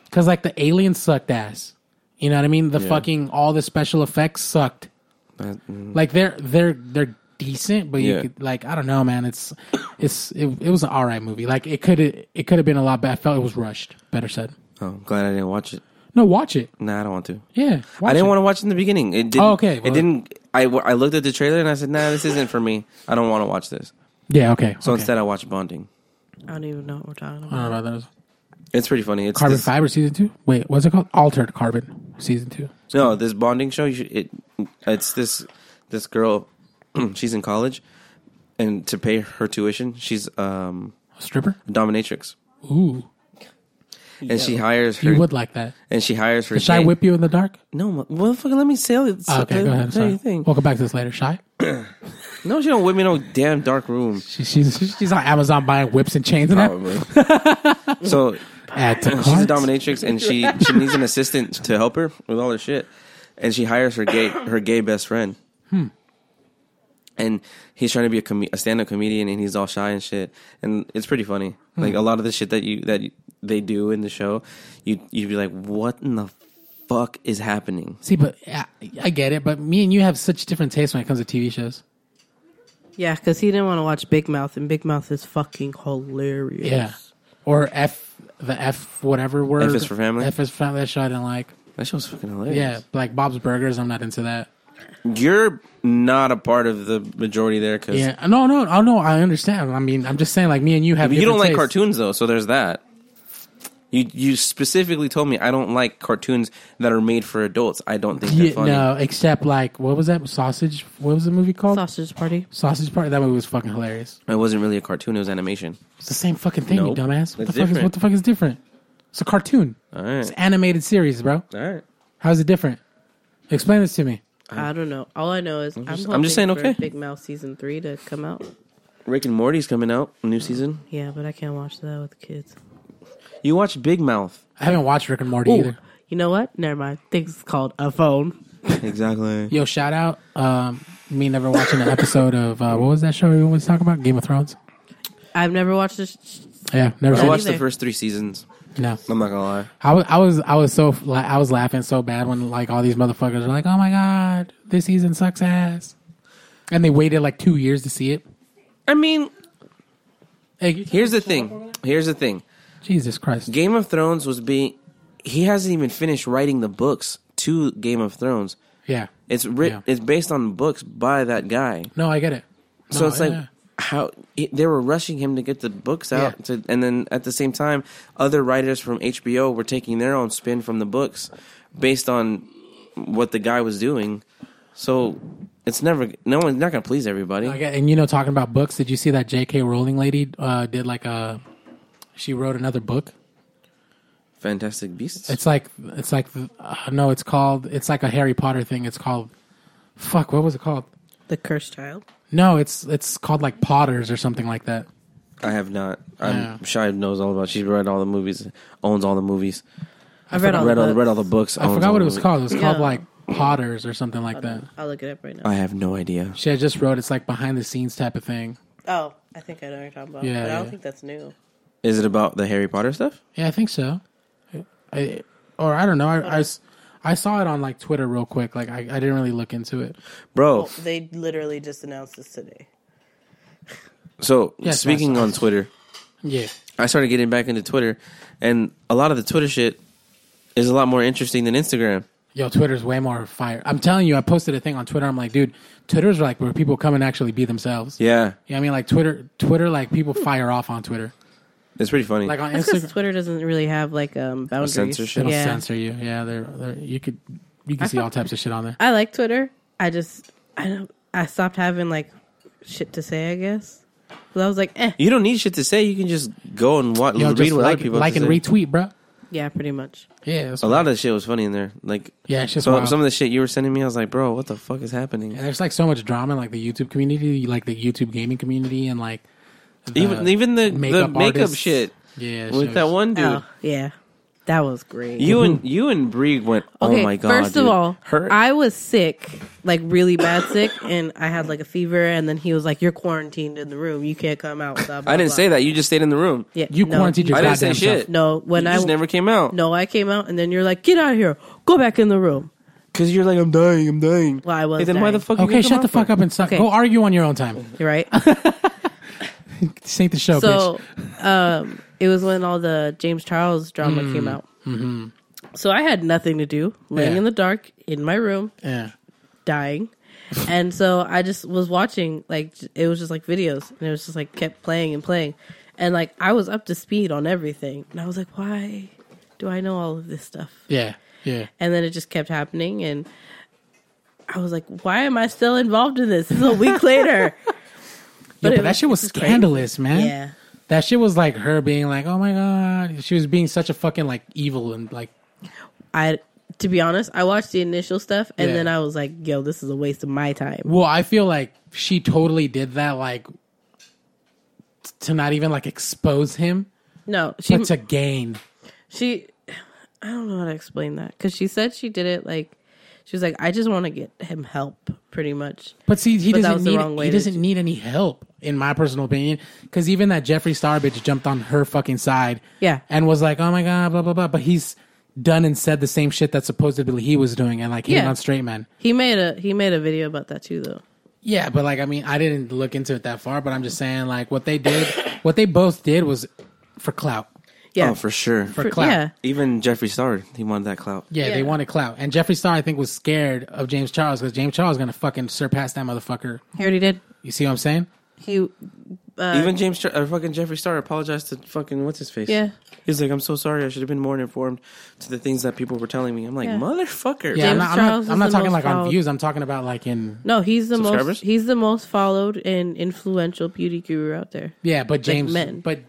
Speaker 2: because like the aliens sucked ass. You know what I mean? The
Speaker 1: Yeah.
Speaker 2: fucking all the special effects sucked.
Speaker 1: That- mm.
Speaker 2: Like they're they're they're decent, but you
Speaker 1: Yeah.
Speaker 2: could like I don't know, man. It's it's it, it was an all right movie. Like it could it could have been a lot better. I felt it was rushed. Better said.
Speaker 1: Oh, I'm glad I didn't watch it.
Speaker 2: No, watch it.
Speaker 1: Nah, I don't want to.
Speaker 2: Yeah, watch
Speaker 1: I didn't
Speaker 2: it.
Speaker 1: want to watch it in the beginning. It didn't.
Speaker 2: Oh, okay, well-
Speaker 1: it didn't. I, w- I looked at the trailer and I said, "Nah, this isn't for me. I don't want to watch this."
Speaker 2: Yeah, okay.
Speaker 1: So
Speaker 2: okay.
Speaker 1: instead, I watched Bonding.
Speaker 3: I don't even know what we're talking
Speaker 2: I
Speaker 3: about.
Speaker 2: don't know about that.
Speaker 1: It's pretty funny. It's
Speaker 2: Carbon
Speaker 1: this,
Speaker 2: Fiber season two. Wait, what's it called? Altered Carbon season two.
Speaker 1: No, this bonding show. You should, it it's this this girl. she's in college, and to pay her tuition, she's um,
Speaker 2: A stripper.
Speaker 1: a dominatrix,
Speaker 2: Ooh,
Speaker 1: and she hires her.
Speaker 2: you would like that.
Speaker 1: And she hires her.
Speaker 2: Did Shy
Speaker 1: date-
Speaker 2: whip you in the dark?
Speaker 1: No, mo- motherfucker, let me say it.
Speaker 2: Ah, okay, go
Speaker 1: Tell
Speaker 2: ahead. Sorry. Oh.
Speaker 1: you thing.
Speaker 2: We'll come back to this later. Shy.
Speaker 1: No, she don't whip me in no damn dark room.
Speaker 2: She, she's she's on Amazon buying whips and chains and that.
Speaker 1: Probably. so
Speaker 2: Add to
Speaker 1: she's a
Speaker 2: cart.
Speaker 1: dominatrix, and she she needs an assistant to help her with all her shit, and she hires her gay her gay best friend. And he's trying to be a, com- a stand up comedian, and he's all shy and shit, and it's pretty funny. Like a lot of the shit that you that you- they do in the show, you you'd be like, what in the fuck is happening?
Speaker 2: See, but I, I get it. But me and you have such different tastes when it comes to TV shows.
Speaker 3: Yeah, because he didn't want to watch Big Mouth, and Big Mouth is fucking hilarious.
Speaker 2: Yeah. Or F the F whatever word.
Speaker 1: F is for family?
Speaker 2: F is for family. That show I didn't like.
Speaker 1: That show's fucking hilarious.
Speaker 2: Yeah, like Bob's Burgers. I'm not into that.
Speaker 1: you're not a part of the majority there because
Speaker 2: Yeah, no, no, oh no, I understand. I mean, I'm just saying, like me and you have.
Speaker 1: you don't
Speaker 2: different
Speaker 1: like
Speaker 2: tastes.
Speaker 1: cartoons though, so there's that. You you specifically told me I don't like cartoons that are made for adults. I don't think they're
Speaker 2: Yeah,
Speaker 1: funny.
Speaker 2: no, except like what was that sausage? What was the movie called?
Speaker 3: Sausage Party.
Speaker 2: Sausage Party. That movie was fucking hilarious.
Speaker 1: It wasn't really a cartoon; it was animation.
Speaker 2: It's the same fucking thing,
Speaker 1: Nope.
Speaker 2: you dumbass. What
Speaker 1: It's
Speaker 2: the fuck is
Speaker 1: different.
Speaker 2: what the fuck is different? It's a cartoon.
Speaker 1: All right,
Speaker 2: It's an animated series, bro.
Speaker 1: all right.
Speaker 2: How is it different? Explain this to me.
Speaker 3: I don't know. All I know is I'm
Speaker 1: just-
Speaker 3: just,
Speaker 1: I'm just saying okay.
Speaker 3: Big Mouth season three to come out.
Speaker 1: Rick and Morty's coming out new season.
Speaker 3: Yeah, but I can't watch that with kids.
Speaker 1: You watch Big Mouth?
Speaker 2: I haven't watched Rick and Morty either.
Speaker 3: You know what? Never mind. Things called a phone.
Speaker 1: exactly.
Speaker 2: Yo, shout out um, me never watching an episode of uh, what was that show we always talk about? Game of Thrones.
Speaker 3: I've never watched this. sh-
Speaker 2: Yeah, never
Speaker 1: I
Speaker 2: seen
Speaker 1: watched the
Speaker 3: either.
Speaker 1: first three seasons.
Speaker 2: it. No,
Speaker 1: I'm not gonna lie.
Speaker 2: I was, I was I was so la- I was laughing so bad when like all these motherfuckers are like, oh my god, this season sucks ass, and they waited like two years to see it.
Speaker 1: I mean,
Speaker 2: Hey,
Speaker 1: here's the thing. Here's the thing.
Speaker 2: Jesus Christ.
Speaker 1: Game of Thrones was being. He hasn't even finished writing the books to Game of Thrones.
Speaker 2: Yeah.
Speaker 1: It's writ-
Speaker 2: Yeah.
Speaker 1: It's based on books by that guy.
Speaker 2: No, I get it.
Speaker 1: So
Speaker 2: No,
Speaker 1: it's like
Speaker 2: yeah.
Speaker 1: how it, they were rushing him to get the books out,
Speaker 2: Yeah.
Speaker 1: to, and then at the same time, other writers from HBO were taking their own spin from the books based on what the guy was doing. So it's never no one's not going to please everybody.
Speaker 2: I get, and you know, talking about books, did you see that J.K. Rowling lady uh, did like a? She wrote another book.
Speaker 1: Fantastic Beasts.
Speaker 2: It's like it's like uh, no, it's called it's like a Harry Potter thing. It's called fuck. What was it called?
Speaker 3: The Cursed Child.
Speaker 2: No, it's it's called like Potters or something like that.
Speaker 1: I have not. I'm
Speaker 2: Yeah.
Speaker 1: Shia knows all about. She's read all the movies, owns all the movies,
Speaker 3: I've read all.
Speaker 1: read
Speaker 3: the
Speaker 1: all read all
Speaker 3: books.
Speaker 1: the books.
Speaker 2: I
Speaker 1: owns
Speaker 2: forgot
Speaker 1: all
Speaker 2: Oh, what
Speaker 1: the
Speaker 2: it was
Speaker 1: movies.
Speaker 2: called. It was called
Speaker 3: Yeah.
Speaker 2: like Potters or something like that.
Speaker 3: I'll look it up right now.
Speaker 1: I have no idea.
Speaker 2: She had just wrote it's like behind the scenes type of thing.
Speaker 3: oh, I think I know what you're talking about.
Speaker 2: Yeah,
Speaker 3: but I don't
Speaker 2: yeah.
Speaker 3: think that's new.
Speaker 1: Is it about the Harry Potter stuff?
Speaker 2: Yeah, I think so. I, or I don't know. I, I s- I saw it on like Twitter real quick. Like I, I didn't really look into it.
Speaker 1: Bro,
Speaker 3: Oh, they literally just announced this today.
Speaker 1: so
Speaker 2: Yes,
Speaker 1: speaking
Speaker 2: yes.
Speaker 1: on Twitter,
Speaker 2: Yeah.
Speaker 1: I started getting back into Twitter, and a lot of the Twitter shit is a lot more interesting than Instagram.
Speaker 2: Yo, Twitter's way more fire. I'm telling you, I posted a thing on Twitter. I'm like, dude, Twitter's like where people come and actually be themselves.
Speaker 1: Yeah,
Speaker 2: You know what I mean? Like Twitter, Twitter, like people fire off on Twitter.
Speaker 1: it's pretty funny.
Speaker 2: Like on
Speaker 3: Hmm. That's because
Speaker 2: Instagram,
Speaker 3: Twitter doesn't really have like um boundaries.
Speaker 1: censorship?
Speaker 2: it'll
Speaker 3: Yeah,
Speaker 2: censor you. Yeah, they're, they're, you could you can see all types of shit on there.
Speaker 3: I like Twitter. I just I don't. I stopped having like shit to say. I guess. 'Cause I was like, eh.
Speaker 1: you don't need shit to say. You can just go and watch,
Speaker 2: Yo,
Speaker 1: read
Speaker 2: just
Speaker 1: what
Speaker 2: like,
Speaker 1: other people
Speaker 2: like
Speaker 1: have
Speaker 2: and
Speaker 1: to say. Oh.
Speaker 2: retweet, bro.
Speaker 3: Yeah, pretty much.
Speaker 2: Yeah, that's
Speaker 1: A lot of the shit was funny in there. Like
Speaker 2: Yeah, it's just
Speaker 1: so,
Speaker 2: wild.
Speaker 1: some of the shit you were sending me, I was like, bro, what the fuck is happening?
Speaker 2: And there's like so much drama in like the YouTube community, like the YouTube gaming community, and like the
Speaker 1: even even the makeup the makeup
Speaker 2: artists.
Speaker 1: shit
Speaker 2: Yeah,
Speaker 1: with that
Speaker 2: shows.
Speaker 1: one dude.
Speaker 3: Oh, yeah. That was great.
Speaker 1: You and you and Brie went. Oh
Speaker 3: okay,
Speaker 1: my god!
Speaker 3: First
Speaker 1: dude.
Speaker 3: of all,
Speaker 1: her.
Speaker 3: I was sick, like really bad sick, and I had like a fever. And then he was like, "You're quarantined in the room. You can't come out." Blah, blah,
Speaker 1: I didn't
Speaker 3: blah.
Speaker 1: say that. You just stayed in the room.
Speaker 3: Yeah,
Speaker 2: You
Speaker 3: no,
Speaker 2: quarantined your
Speaker 1: I didn't
Speaker 2: goddamn
Speaker 1: say shit.
Speaker 2: self.
Speaker 3: No, when
Speaker 1: you
Speaker 3: I
Speaker 1: just never came out.
Speaker 3: no, I came out, and then you're like, "Get out of here. Go back in the room."
Speaker 1: because you're like, I'm dying. I'm dying.
Speaker 3: Well, I was
Speaker 1: Hey, then why the
Speaker 3: dying.
Speaker 1: fuck? you
Speaker 2: Okay,
Speaker 1: didn't come
Speaker 2: shut the
Speaker 1: out for
Speaker 2: fuck
Speaker 1: it?
Speaker 2: up and stop.
Speaker 3: Okay.
Speaker 2: Go argue on your own time.
Speaker 3: You're right.
Speaker 1: Oh,
Speaker 2: This ain't the show,
Speaker 3: so um, it was when all the James Charles drama
Speaker 1: Mm-hmm.
Speaker 3: came out. So I had nothing to do, laying
Speaker 2: Yeah.
Speaker 3: in the dark in my room,
Speaker 2: bitch. Yeah.
Speaker 3: dying. and so I just was watching, like, j- it was just like videos, and it was just like kept playing and playing. And like, I was up to speed on everything. And I was like, why do I know all of this stuff?
Speaker 2: Yeah. Yeah.
Speaker 3: And then it just kept happening. And I was like, why am I still involved in this? It's a week later.
Speaker 2: Yo,
Speaker 3: But
Speaker 2: but,
Speaker 3: it
Speaker 2: that
Speaker 3: was-
Speaker 2: shit was
Speaker 3: this is crazy.
Speaker 2: scandalous, man.
Speaker 3: Yeah.
Speaker 2: That shit was like her being like, "Oh my god," she was being such a fucking like evil and like,
Speaker 3: I to be honest, I watched the initial stuff and
Speaker 2: Yeah.
Speaker 3: then I was like, yo, this is a waste of my time.
Speaker 2: well, I feel like she totally did that like t- to not even like expose him,
Speaker 3: No, she
Speaker 2: but to gain.
Speaker 3: she I don't know how to explain that cuz she said she did it like she was like, I just want to get him help pretty much.
Speaker 2: But see, he
Speaker 3: But that was
Speaker 2: doesn't
Speaker 3: the
Speaker 2: need
Speaker 3: wrong way
Speaker 2: he
Speaker 3: to
Speaker 2: doesn't
Speaker 3: do-
Speaker 2: need any help, in my personal opinion, because even that Jeffree Star bitch jumped on her fucking side,
Speaker 3: Yeah.
Speaker 2: and was like, "Oh my god," blah blah blah. But he's done and said the same shit that supposedly he was doing and like hitting
Speaker 3: Yeah.
Speaker 2: on straight men.
Speaker 3: He made a he made a video about that too though.
Speaker 2: Yeah, but like I mean, I didn't look into it that far, but I'm just saying like what they did, what they both did was for clout,
Speaker 3: Yeah.
Speaker 1: Oh, for sure.
Speaker 2: for, clout.
Speaker 3: Yeah.
Speaker 2: Yeah.
Speaker 1: Even Jeffree Star, he wanted that clout.
Speaker 2: they
Speaker 3: Yeah.
Speaker 2: wanted clout, and Jeffree Star I think was scared of James Charles because James Charles is gonna fucking surpass that motherfucker.
Speaker 3: He already did.
Speaker 2: You see what I'm saying?
Speaker 3: He
Speaker 1: Even James, Char- uh, fucking Jeffree Star, apologized to fucking what's his face.
Speaker 3: Yeah.
Speaker 1: he's like, I'm so sorry. I should have been more informed to the things that people were telling me. I'm like,
Speaker 3: Yeah.
Speaker 1: motherfucker.
Speaker 2: Yeah, I'm
Speaker 3: James
Speaker 2: not, I'm not-
Speaker 3: Charles
Speaker 2: I'm
Speaker 3: is
Speaker 2: not
Speaker 3: the
Speaker 2: talking
Speaker 3: most
Speaker 2: like on
Speaker 3: followed.
Speaker 2: views. I'm talking about like in
Speaker 3: No, he's the
Speaker 1: Subscribers?
Speaker 3: most he's the most followed and influential beauty guru out there.
Speaker 2: yeah, but James,
Speaker 3: men.
Speaker 2: but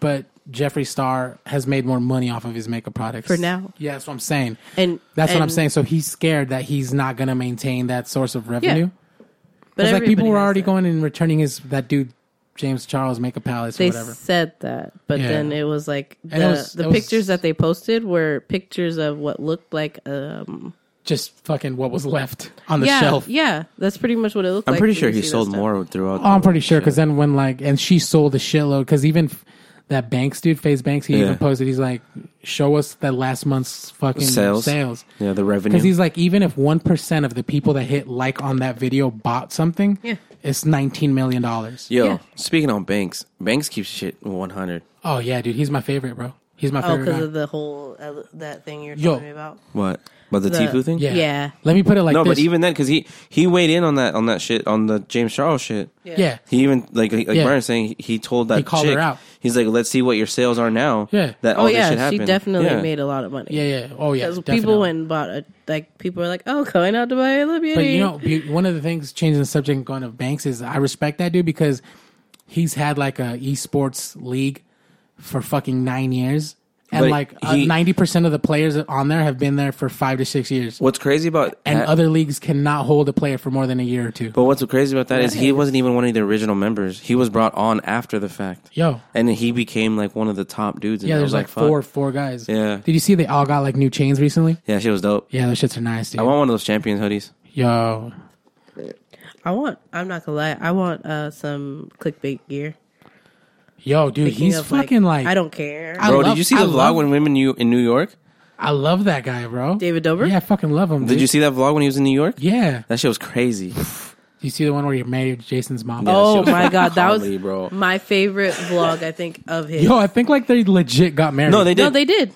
Speaker 2: but Jeffree Star has made more money off of his makeup products
Speaker 3: For now.
Speaker 2: Yeah, that's what I'm saying.
Speaker 3: And
Speaker 2: That's what I'm
Speaker 3: and-
Speaker 2: saying. So he's scared that he's not gonna maintain that source of revenue.
Speaker 3: But
Speaker 2: Because like people
Speaker 3: everybody
Speaker 2: were
Speaker 3: has
Speaker 2: already
Speaker 3: that.
Speaker 2: going and returning his that dude James Charles make a palace or
Speaker 3: they
Speaker 2: whatever.
Speaker 3: said that, but
Speaker 2: Yeah.
Speaker 3: then it was like the,
Speaker 2: And it was-
Speaker 3: the
Speaker 2: it was-
Speaker 3: pictures that they posted were pictures of what looked like um
Speaker 2: Just fucking what was left on the
Speaker 3: yeah
Speaker 2: shelf.
Speaker 3: yeah that's pretty much what it looked
Speaker 1: I'm
Speaker 3: like.
Speaker 1: pretty
Speaker 3: when
Speaker 1: sure
Speaker 3: you
Speaker 1: he
Speaker 3: see that
Speaker 1: sold
Speaker 3: stuff.
Speaker 1: more throughout.
Speaker 2: Oh, I'm pretty sure because then when like and she sold a shitload because even f- that Banks dude, Face Banks, he
Speaker 1: Yeah.
Speaker 2: even posted. He's like, show us that last month's fucking
Speaker 1: Sales.
Speaker 2: sales. Sales.
Speaker 1: yeah, the revenue.
Speaker 2: Because he's like, even if one percent of the people that hit like on that video bought something,
Speaker 3: Yeah.
Speaker 2: it's nineteen million dollars.
Speaker 1: Yo,
Speaker 3: Yeah.
Speaker 1: speaking on Banks, Banks keeps shit 100.
Speaker 2: Oh yeah, dude, he's my favorite, bro. He's my
Speaker 3: Oh,
Speaker 2: favorite.
Speaker 3: because
Speaker 2: guy.
Speaker 3: of the whole uh, that thing you're
Speaker 2: Yo.
Speaker 3: talking about.
Speaker 1: What? But the,
Speaker 3: The-
Speaker 1: Tifu thing?
Speaker 2: yeah.
Speaker 3: yeah.
Speaker 2: Let me put it like
Speaker 1: No,
Speaker 2: this.
Speaker 1: but even then, because he he weighed in on that on that shit on the James Charles shit.
Speaker 2: yeah.
Speaker 1: He even like like
Speaker 2: Yeah.
Speaker 1: Brian's saying he- he told that
Speaker 2: He called her
Speaker 1: chick
Speaker 2: out.
Speaker 1: he's like let's see what your sales are now
Speaker 2: Yeah.
Speaker 1: that
Speaker 3: Oh
Speaker 1: all this shit
Speaker 3: yeah, she
Speaker 1: happened
Speaker 3: definitely
Speaker 1: Yeah.
Speaker 3: made a lot of money.
Speaker 2: Yeah, yeah. Oh, yeah.
Speaker 3: Because
Speaker 2: definitely.
Speaker 3: people went and bought a, like people were like, oh, going out to buy a beauty.
Speaker 2: But you know, be- one of the things changing the subject and going to Banks is I respect that dude because he's had like a esports league for fucking nine years, and
Speaker 1: But he-
Speaker 2: like uh, ninety percent of the players on there have been there for five to six years,
Speaker 1: What's crazy about
Speaker 2: and
Speaker 1: that-
Speaker 2: other leagues cannot hold a player for more than a year or two.
Speaker 1: But what's crazy about that is he wasn't even one of the original members. He was brought on after the fact.
Speaker 2: Yo.
Speaker 1: And he became like one of the top dudes. And
Speaker 2: yeah,
Speaker 1: I
Speaker 2: there's
Speaker 1: was
Speaker 2: like,
Speaker 1: fuck.
Speaker 2: four, four guys.
Speaker 1: Yeah.
Speaker 2: Did you see they all got like new chains recently?
Speaker 1: Yeah, she was dope.
Speaker 2: Yeah, those shits are nice, dude.
Speaker 1: I want one of those champions hoodies.
Speaker 2: Yo,
Speaker 3: I want. I'm not gonna lie. I want uh some clickbait gear.
Speaker 2: yo, dude,
Speaker 3: Speaking
Speaker 2: he's
Speaker 3: of,
Speaker 2: fucking like,
Speaker 3: I don't care.
Speaker 2: I
Speaker 1: Bro,
Speaker 2: love-
Speaker 1: did you see
Speaker 2: I
Speaker 1: the
Speaker 2: love-
Speaker 1: vlog when women you in New York?
Speaker 2: I love that guy, bro.
Speaker 3: David Dobrik?
Speaker 2: Yeah, I fucking love him.
Speaker 1: Did you see that vlog when he was in New York?
Speaker 2: Yeah.
Speaker 1: That shit was crazy.
Speaker 2: You see the one where you're married to Jason's mom?
Speaker 1: Yeah. that shit
Speaker 3: oh
Speaker 1: was
Speaker 3: my god, that
Speaker 1: comedy,
Speaker 3: was
Speaker 1: bro.
Speaker 3: my favorite vlog. I think of his.
Speaker 2: Yo, I think like they legit got married.
Speaker 1: No, they did.
Speaker 3: no, they did.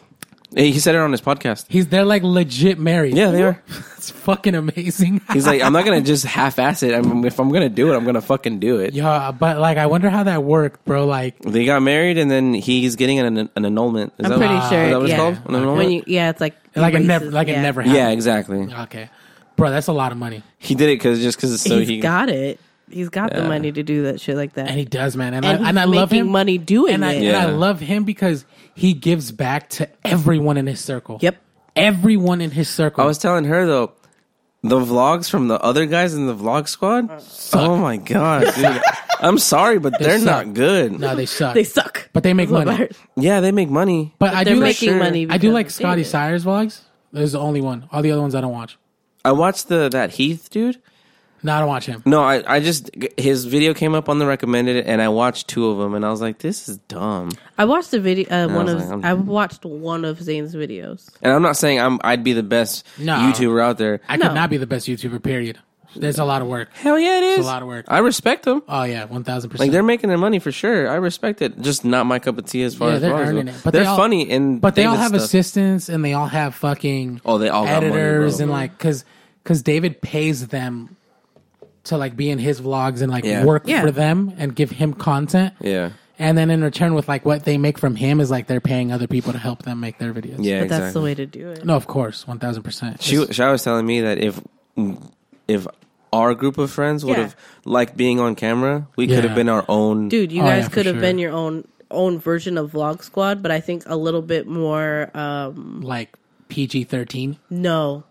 Speaker 1: Hey, He said it on his podcast.
Speaker 2: He's they're like legit married.
Speaker 1: Yeah, they are.
Speaker 2: it's fucking amazing.
Speaker 1: He's like, I'm not gonna just half ass it. I'm, if I'm gonna do it, I'm gonna fucking do it.
Speaker 2: yeah, but like I wonder how that worked, bro. Like
Speaker 1: They got married, and then he's getting an, an annulment. Is
Speaker 3: I'm
Speaker 1: that
Speaker 3: pretty
Speaker 1: what,
Speaker 3: sure.
Speaker 1: Is that what
Speaker 3: yeah.
Speaker 1: it's called? An annulment?
Speaker 3: When you, yeah, it's like
Speaker 2: like it
Speaker 3: erases-
Speaker 2: never like
Speaker 3: yeah.
Speaker 2: it never
Speaker 1: yeah,
Speaker 2: happened.
Speaker 1: exactly.
Speaker 2: Yeah. Okay. Bro, that's a lot of money.
Speaker 1: He did it because just because so
Speaker 3: He's
Speaker 1: he
Speaker 3: got it. He's got the
Speaker 1: Yeah.
Speaker 3: money to do that shit like that.
Speaker 2: And he does, man. And,
Speaker 3: And
Speaker 2: I
Speaker 3: he's
Speaker 2: and I love
Speaker 3: making
Speaker 2: him.
Speaker 3: money doing
Speaker 2: and I,
Speaker 3: it.
Speaker 2: and I
Speaker 1: Yeah.
Speaker 2: love him because he gives back to everyone in his circle.
Speaker 3: Yep.
Speaker 2: Everyone in his circle.
Speaker 1: I was telling her though, The vlogs from the other guys in the vlog squad. Oh my god, dude! I'm sorry, but
Speaker 2: They
Speaker 1: they're
Speaker 2: suck.
Speaker 1: not good.
Speaker 2: No, they suck.
Speaker 3: They suck.
Speaker 2: But they make
Speaker 3: That's what
Speaker 2: money.
Speaker 3: matters.
Speaker 1: Yeah, they make money.
Speaker 2: but I
Speaker 3: They're
Speaker 2: do like
Speaker 3: making
Speaker 1: sure.
Speaker 3: money.
Speaker 2: I do
Speaker 3: because
Speaker 2: like
Speaker 3: of
Speaker 2: Scotty
Speaker 3: David.
Speaker 2: Sires vlogs. There's the only one. All the other ones I don't watch.
Speaker 1: I watched the that Heath dude.
Speaker 2: No, I don't watch him.
Speaker 1: No, I, I just his video came up on the recommended, and I watched two of them, and I was like, this is dumb.
Speaker 3: I watched a video. Uh, one
Speaker 1: was
Speaker 3: of
Speaker 1: like, I'm-
Speaker 3: I watched one of Zane's videos.
Speaker 1: And I'm not saying I'm I'd be the best
Speaker 2: No.
Speaker 1: YouTuber out there.
Speaker 2: I
Speaker 3: No.
Speaker 2: could not be the best YouTuber. Period. There's a lot of work.
Speaker 1: Hell yeah, it is.
Speaker 2: a lot of work.
Speaker 1: I respect them.
Speaker 2: Oh yeah, one thousand
Speaker 1: Like
Speaker 2: percent.
Speaker 1: they're making their money for sure. I respect it. Just not my cup of tea as far
Speaker 2: Yeah,
Speaker 1: as
Speaker 2: they're
Speaker 1: vlogs
Speaker 2: earning
Speaker 1: go.
Speaker 2: it. But
Speaker 1: they're
Speaker 2: they all-
Speaker 1: funny and
Speaker 2: But they all
Speaker 1: David
Speaker 2: have
Speaker 1: stuff.
Speaker 2: assistants and they all have fucking
Speaker 1: Oh, they all got money,
Speaker 2: editors
Speaker 1: bro.
Speaker 2: and like because because David pays them to like be in his vlogs and like
Speaker 1: Yeah.
Speaker 2: work
Speaker 3: Yeah.
Speaker 2: for them and give him content.
Speaker 1: Yeah,
Speaker 2: And then in return with like what they make from him is like they're paying other people to help them make their videos.
Speaker 1: yeah,
Speaker 3: But
Speaker 1: exactly.
Speaker 3: that's the way to do it.
Speaker 2: No, of course, one thousand percent.
Speaker 1: She she was telling me that if if our group of friends would
Speaker 3: Yeah.
Speaker 1: have liked being on camera, we
Speaker 2: Yeah.
Speaker 1: could have been our own.
Speaker 3: Dude, you
Speaker 2: Oh,
Speaker 3: guys
Speaker 2: yeah, for
Speaker 3: could have
Speaker 2: sure.
Speaker 3: been your own own version of Vlog Squad, but I think a little bit more. um
Speaker 2: like PG thirteen.
Speaker 3: No,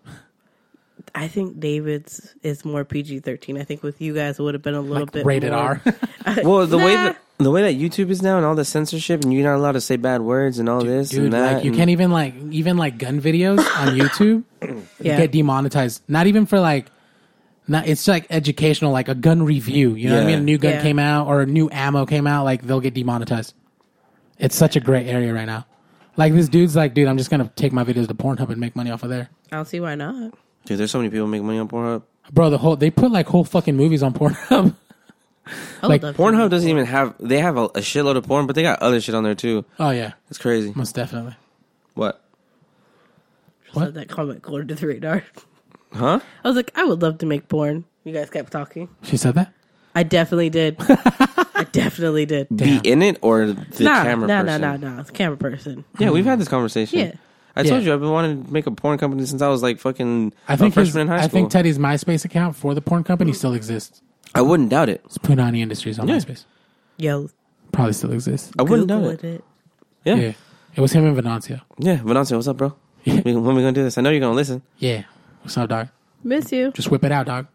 Speaker 3: I think David's is more PG thirteen. I think with you guys, it would have been a little
Speaker 2: Like
Speaker 3: bit
Speaker 2: rated
Speaker 3: more-
Speaker 2: R.
Speaker 1: Well, the way
Speaker 3: Nah.
Speaker 1: that, the way that YouTube is now and all the censorship and you're not allowed to say bad words and all this
Speaker 2: Dude,
Speaker 1: and that.
Speaker 2: like you
Speaker 1: and-
Speaker 2: can't e even like even like gun videos on YouTube
Speaker 3: Yeah.
Speaker 2: get demonetized. Not even for like not it's like educational, like a gun review. You know what I
Speaker 1: Yeah.
Speaker 2: mean? A new gun
Speaker 3: Yeah.
Speaker 2: came out or a new ammo came out, like they'll get demonetized. It's such a gray area right now. Like this dude's like, dude, I'm just gonna take my videos to Pornhub and make money off of there.
Speaker 3: I don't see why not.
Speaker 1: Dude, there's so many people make money on Pornhub.
Speaker 2: Bro, the whole they put like whole fucking movies on Pornhub.
Speaker 3: I
Speaker 2: Like,
Speaker 3: love
Speaker 1: Pornhub doesn't even have. They have a, a shitload of porn, but they got other shit on there too.
Speaker 2: oh yeah,
Speaker 1: It's crazy.
Speaker 2: most definitely.
Speaker 1: What?
Speaker 3: I love that comment going to the radar.
Speaker 1: Huh?
Speaker 3: I was like, I would love to make porn. You guys kept talking.
Speaker 2: She said that.
Speaker 3: I definitely did. I definitely did.
Speaker 2: Damn.
Speaker 1: Be in it or the
Speaker 3: nah,
Speaker 1: camera
Speaker 3: nah,
Speaker 1: person?
Speaker 3: nah, nah, nah. It's camera person.
Speaker 1: Yeah, we've had this conversation.
Speaker 3: Yeah.
Speaker 1: I told
Speaker 2: Yeah.
Speaker 1: you I've been wanting to make a porn company since I was like fucking
Speaker 2: I think
Speaker 1: a
Speaker 2: his,
Speaker 1: Oh, freshman in high
Speaker 2: I
Speaker 1: school.
Speaker 2: think Teddy's MySpace account for the porn company still exists.
Speaker 1: I wouldn't doubt it.
Speaker 2: It's Punani Industries on
Speaker 1: Yeah.
Speaker 2: MySpace.
Speaker 3: Yo,
Speaker 2: Probably still exists.
Speaker 1: I wouldn't doubt
Speaker 3: Google
Speaker 1: it.
Speaker 3: it.
Speaker 1: Yeah.
Speaker 2: Yeah.
Speaker 1: Yeah.
Speaker 2: It was him and Venancio.
Speaker 1: Venancio, what's up, bro? We- when we gonna do this? I know you're gonna listen.
Speaker 2: Yeah. What's up, dog?
Speaker 3: Miss you.
Speaker 2: Just whip it out, dog.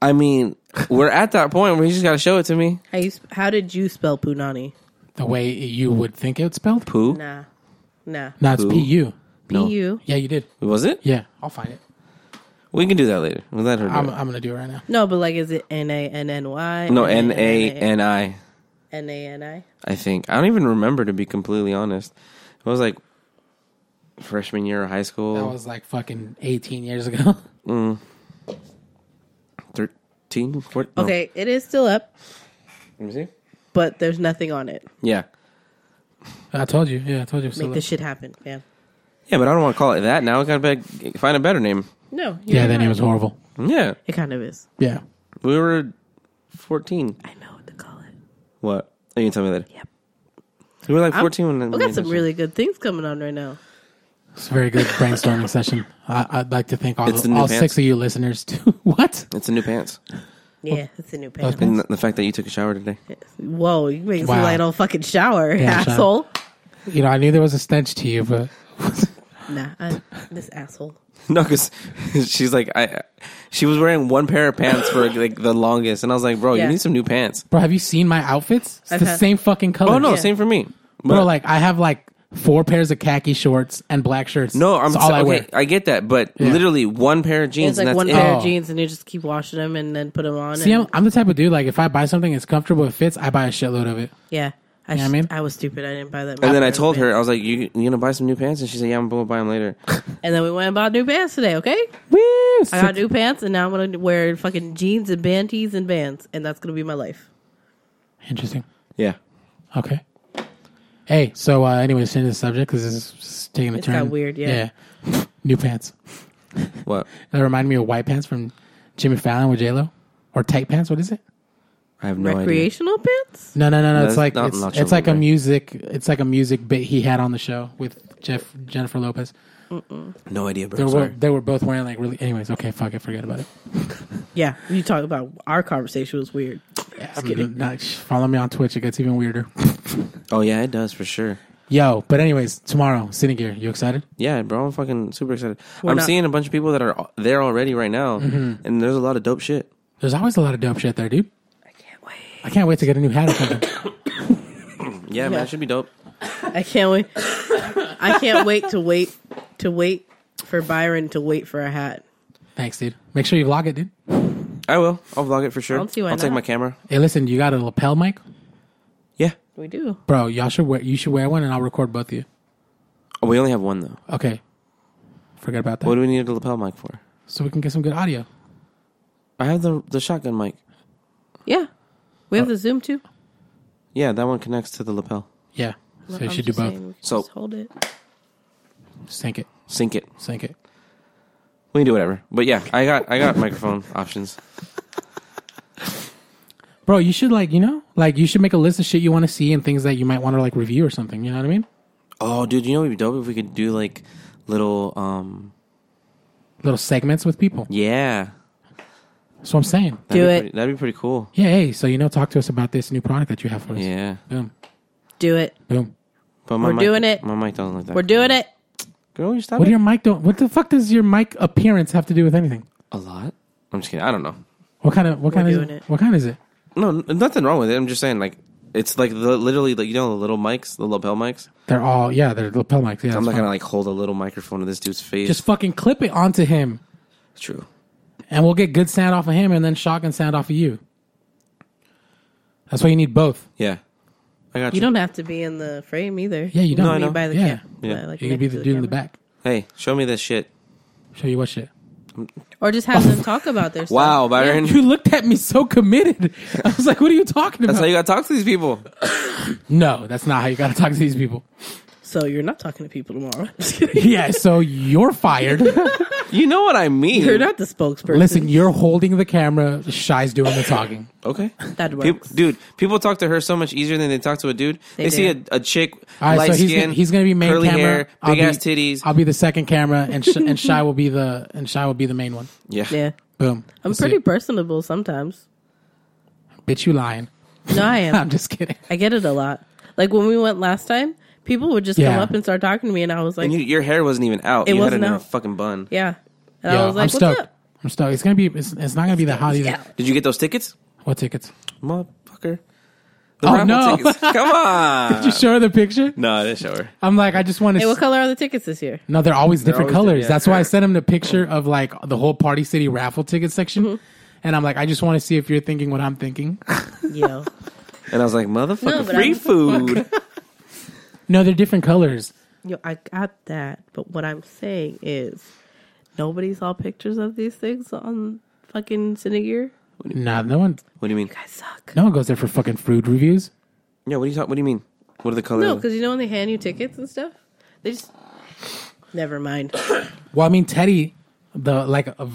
Speaker 1: I mean, we're at that point where you just gotta show it to me.
Speaker 3: How, you, sp- how did you spell Punani?
Speaker 2: The way you would think it's spelled?
Speaker 1: Poo?
Speaker 3: Nah. Nah.
Speaker 2: No, it's
Speaker 1: Poo.
Speaker 2: P U.
Speaker 1: No.
Speaker 3: P U.
Speaker 2: Yeah, you did.
Speaker 1: Was it?
Speaker 2: Yeah. I'll find it.
Speaker 1: We can do that later. We'll let her do
Speaker 2: I'm,
Speaker 1: it.
Speaker 2: I'm going to do it right now.
Speaker 3: No, but like, is it N A N N Y?
Speaker 1: no, N A N I.
Speaker 3: N A N I.
Speaker 1: I think I don't even remember to be completely honest. It was like freshman year of high school.
Speaker 2: That was like fucking 18 years ago.
Speaker 1: thirteen. 14, no.
Speaker 3: Okay, it is still up,
Speaker 1: Let me see.
Speaker 3: but there's nothing on it.
Speaker 1: Yeah.
Speaker 2: I told you. Yeah, I told you.
Speaker 3: Make this shit happen, man.
Speaker 1: Yeah, but I don't want to call it that now. I gotta be, find a better name.
Speaker 3: No. you're
Speaker 2: yeah, that
Speaker 3: right.
Speaker 2: name was horrible.
Speaker 1: Yeah.
Speaker 3: It kind of is.
Speaker 2: Yeah.
Speaker 1: We were 14.
Speaker 3: I know what to call it.
Speaker 1: What? Oh, you can tell me later.
Speaker 3: Yep.
Speaker 1: We were like
Speaker 3: I'm-
Speaker 1: 14 when
Speaker 3: We got some really good things coming on right now.
Speaker 2: It's a very good brainstorming session. I, I'd like to thank all,
Speaker 1: It's the new
Speaker 2: all
Speaker 1: pants.
Speaker 2: six of you listeners, too. what?
Speaker 1: It's the new pants.
Speaker 3: Yeah, it's a new panel.
Speaker 1: And the- the fact that you took a shower today.
Speaker 3: Whoa, you make me
Speaker 2: Wow.
Speaker 3: like I don't fucking shower,
Speaker 2: Yeah, shut
Speaker 3: asshole.
Speaker 2: You know, I knew there was a stench to you, but
Speaker 3: Nah, I, this asshole.
Speaker 1: No, because she's like, I. She was wearing one pair of pants for like the longest, and I was like, bro,
Speaker 3: Yeah.
Speaker 1: you need some new pants.
Speaker 2: bro, have you seen my outfits? It's
Speaker 3: I've
Speaker 2: the
Speaker 3: had-
Speaker 2: same fucking color.
Speaker 1: Oh no,
Speaker 3: Yeah.
Speaker 1: same for me. But,
Speaker 2: Bro, like I have like four pairs of khaki shorts and black shirts.
Speaker 1: no, I'm
Speaker 2: It's all
Speaker 1: so-
Speaker 2: I
Speaker 1: okay.
Speaker 2: wear.
Speaker 1: I get that, but
Speaker 2: Yeah.
Speaker 1: literally one pair of jeans,
Speaker 3: It's like
Speaker 1: and that's
Speaker 3: one
Speaker 1: it.
Speaker 3: pair of
Speaker 2: Oh.
Speaker 3: jeans, and you just keep washing them and then put them on.
Speaker 2: See,
Speaker 3: and-
Speaker 2: I'm, I'm the type of dude like if I buy something, it's comfortable, it fits, I buy a shitload of it.
Speaker 3: yeah, I,
Speaker 2: know
Speaker 3: sh-
Speaker 2: what I mean?
Speaker 3: I was stupid. I didn't buy that.
Speaker 1: And then I
Speaker 3: many
Speaker 1: told her,
Speaker 3: pants.
Speaker 1: I was like, you, you gonna buy some new pants? And she said, yeah, I'm gonna buy them later.
Speaker 3: and then we went and bought new pants today. Okay,
Speaker 2: Woo!
Speaker 3: I got new pants, and now I'm gonna wear fucking jeans and banties and bands, and that's gonna be my life.
Speaker 2: Interesting.
Speaker 1: yeah.
Speaker 2: Okay. Hey, so uh, anyway, change the subject because this is just taking a
Speaker 3: It's
Speaker 2: turn.
Speaker 3: got weird, yeah.
Speaker 2: Yeah. new pants.
Speaker 1: What?
Speaker 2: That reminded me of white pants from Jimmy Fallon with J Lo, or tight pants. What is it?
Speaker 1: I have no idea.
Speaker 3: Recreational pants?
Speaker 2: No, no, no, no.
Speaker 1: No,
Speaker 2: It's
Speaker 1: it's
Speaker 2: like
Speaker 1: not
Speaker 2: it's,
Speaker 1: Nacho
Speaker 2: it's like a
Speaker 1: Libre.
Speaker 2: music. It's like a music bit he had on the show with Jeff Jennifer Lopez.
Speaker 1: No idea, bro.
Speaker 2: They were
Speaker 1: Sorry.
Speaker 2: they were both wearing like really. Anyways, okay, fuck it, forget about it.
Speaker 3: Yeah, you talk about our conversation was weird.
Speaker 2: I'm not- sh- follow me on Twitch. It gets even weirder.
Speaker 1: Oh yeah, it does for sure.
Speaker 2: Yo, but anyways, tomorrow, Cine Gear. You excited?
Speaker 1: Yeah, bro, I'm fucking super excited.
Speaker 3: We're
Speaker 1: I'm
Speaker 3: not-
Speaker 1: seeing a bunch of people that are there already right now,
Speaker 2: Mm-hmm.
Speaker 1: and there's a lot of dope shit.
Speaker 2: There's always a lot of dope shit there, dude.
Speaker 3: I can't wait.
Speaker 2: I can't wait to get a new hat or something.
Speaker 1: Yeah, man, it should be dope.
Speaker 3: I can't wait. I can't wait to wait to wait for Byron to wait for a hat.
Speaker 2: Thanks, dude. Make sure you vlog it, dude.
Speaker 1: I will. I'll vlog it for sure.
Speaker 3: I don't see why
Speaker 1: will take
Speaker 3: not.
Speaker 1: my camera.
Speaker 2: Hey, listen, you got a lapel mic,
Speaker 1: Yeah,
Speaker 3: We do.
Speaker 2: bro? Y'all should wear. You should wear one, and I'll record both of you.
Speaker 1: oh, we only have one though.
Speaker 2: Okay. Forget about that.
Speaker 1: What do we need a lapel mic for?
Speaker 2: so we can get some good audio.
Speaker 1: I have the the shotgun mic.
Speaker 3: Yeah. We
Speaker 1: Uh,
Speaker 3: have the Zoom too.
Speaker 1: Yeah, that one connects to the lapel.
Speaker 2: Yeah. So you
Speaker 3: I'm
Speaker 2: should do
Speaker 3: just
Speaker 2: both.
Speaker 3: saying we can
Speaker 1: So-
Speaker 3: just hold it.
Speaker 2: Sync it.
Speaker 1: Sync it.
Speaker 2: Sync it.
Speaker 1: We can do whatever. But yeah, I got I got microphone options.
Speaker 2: Bro, you should like, you know, like you should make a list of shit you want to see and things that you might want to like review or something. You know what I mean?
Speaker 1: Oh, dude, you know what'd be dope if we could do like little um
Speaker 2: Little segments with people.
Speaker 1: yeah.
Speaker 2: That's what I'm saying.
Speaker 1: That'd
Speaker 3: Do
Speaker 1: be
Speaker 3: it.
Speaker 1: pretty- that'd be pretty cool.
Speaker 2: Yeah. Hey, so you know, talk to us about this new product that you have for us.
Speaker 1: Yeah.
Speaker 2: Boom.
Speaker 3: Do it.
Speaker 2: Boom.
Speaker 1: But my
Speaker 3: We're
Speaker 1: mic,
Speaker 3: doing it.
Speaker 1: My mic doesn't look that.
Speaker 3: We're
Speaker 1: good.
Speaker 3: doing it.
Speaker 1: Girl, you stop it.
Speaker 2: What do your mic don't? What the fuck does your mic appearance have to do with anything?
Speaker 1: a lot. I'm just kidding. I don't know.
Speaker 2: What kind of? What kind
Speaker 3: doing
Speaker 2: is
Speaker 3: it.
Speaker 2: What kind is it?
Speaker 1: No, n- nothing wrong with it. I'm just saying like it's like the, literally like you know the little mics, the lapel mics.
Speaker 2: They're all yeah. They're lapel mics. Yeah.
Speaker 1: I'm not
Speaker 2: that's fine.
Speaker 1: gonna like hold a little microphone to this dude's face.
Speaker 2: just fucking clip it onto him,
Speaker 1: true.
Speaker 2: and we'll get good sound off of him, and then shotgun sound off of you. That's why you need both.
Speaker 1: Yeah. I got you.
Speaker 3: You don't have to be in the frame either.
Speaker 2: Yeah, you
Speaker 3: can
Speaker 2: don't.
Speaker 3: be
Speaker 2: No, I know.
Speaker 3: by the
Speaker 2: Yeah.
Speaker 3: yeah.
Speaker 1: Yeah.
Speaker 3: Like
Speaker 2: You could be
Speaker 3: next
Speaker 2: the
Speaker 3: to
Speaker 2: dude in the
Speaker 3: camera.
Speaker 2: back.
Speaker 1: hey, show me this shit.
Speaker 2: Show you what shit.
Speaker 3: Or just have them talk about their stuff.
Speaker 1: Wow, Byron.
Speaker 2: You looked at me so committed. I was like, "What are you talking about?"
Speaker 1: That's how you gotta talk to these people.
Speaker 2: no, that's not how you got to talk to these people.
Speaker 3: So you're not talking to people tomorrow. Just kidding.
Speaker 2: Yeah, so you're fired.
Speaker 1: You know what I mean.
Speaker 3: you're not the spokesperson.
Speaker 2: Listen, you're holding the camera. Shy's doing the talking.
Speaker 1: Okay.
Speaker 3: That works.
Speaker 1: Peop- dude, people talk to her so much easier than they talk to a dude. They,
Speaker 3: They
Speaker 1: see a,
Speaker 3: do.
Speaker 1: a chick,
Speaker 2: All right,
Speaker 1: light
Speaker 2: so he's
Speaker 1: skin,
Speaker 2: gonna, he's going to be main
Speaker 1: curly
Speaker 2: camera.
Speaker 1: hair,
Speaker 2: I'll
Speaker 1: big
Speaker 2: be-
Speaker 1: ass titties.
Speaker 2: I'll be the second camera, and Sh- and Shy will be the and Shy will be the main one.
Speaker 1: yeah.
Speaker 3: yeah.
Speaker 2: Boom.
Speaker 3: I'm
Speaker 2: That's
Speaker 3: pretty
Speaker 2: it.
Speaker 3: personable sometimes.
Speaker 2: Bitch, you lying?
Speaker 3: No, I am.
Speaker 2: I'm just kidding.
Speaker 3: I get it a lot. Like when we went last time, people would just
Speaker 2: Yeah.
Speaker 3: come up and start talking to me, and I was like,
Speaker 1: And you, your hair wasn't even out.
Speaker 3: It
Speaker 1: you had
Speaker 3: wasn't
Speaker 1: it in a
Speaker 3: out.
Speaker 1: fucking bun.
Speaker 3: "Yeah," and I
Speaker 2: Yo,
Speaker 3: was like,
Speaker 2: I'm
Speaker 3: "What's
Speaker 2: stoked.
Speaker 3: up?"
Speaker 2: I'm stoked. It's gonna be. It's, it's not gonna be that hot either.
Speaker 3: Yeah.
Speaker 1: Did you get those tickets?
Speaker 2: What tickets?
Speaker 1: Motherfucker. The
Speaker 2: Oh,
Speaker 1: raffle
Speaker 2: no.
Speaker 1: tickets. Come on.
Speaker 2: Just show her the picture.
Speaker 1: no, I didn't show her.
Speaker 2: I'm like, I just want to.
Speaker 3: Hey, what color are the tickets this year?
Speaker 2: No, they're always different
Speaker 1: always
Speaker 2: colors.
Speaker 1: different, yeah.
Speaker 2: That's why I sent him the picture of like the whole Party City raffle ticket section.
Speaker 3: Mm-hmm.
Speaker 2: And I'm like, I just want to see if you're thinking what I'm thinking.
Speaker 3: Yo,
Speaker 1: And I was like, motherfucker,
Speaker 3: No, but
Speaker 1: free
Speaker 3: I'm-
Speaker 1: food.
Speaker 2: No, they're different colors.
Speaker 3: yo, I got that. But what I'm saying is, nobody saw pictures of these things on fucking Cinegear.
Speaker 2: Nah, no one,
Speaker 1: what do you mean?
Speaker 3: I suck.
Speaker 2: no one goes there for fucking food reviews.
Speaker 1: Yeah, what do you talk? What do you mean? What are the colors?
Speaker 3: No,
Speaker 1: of the-
Speaker 3: because you know when they hand you tickets and stuff, they just never mind.
Speaker 2: Well, I mean, Teddy, the like a,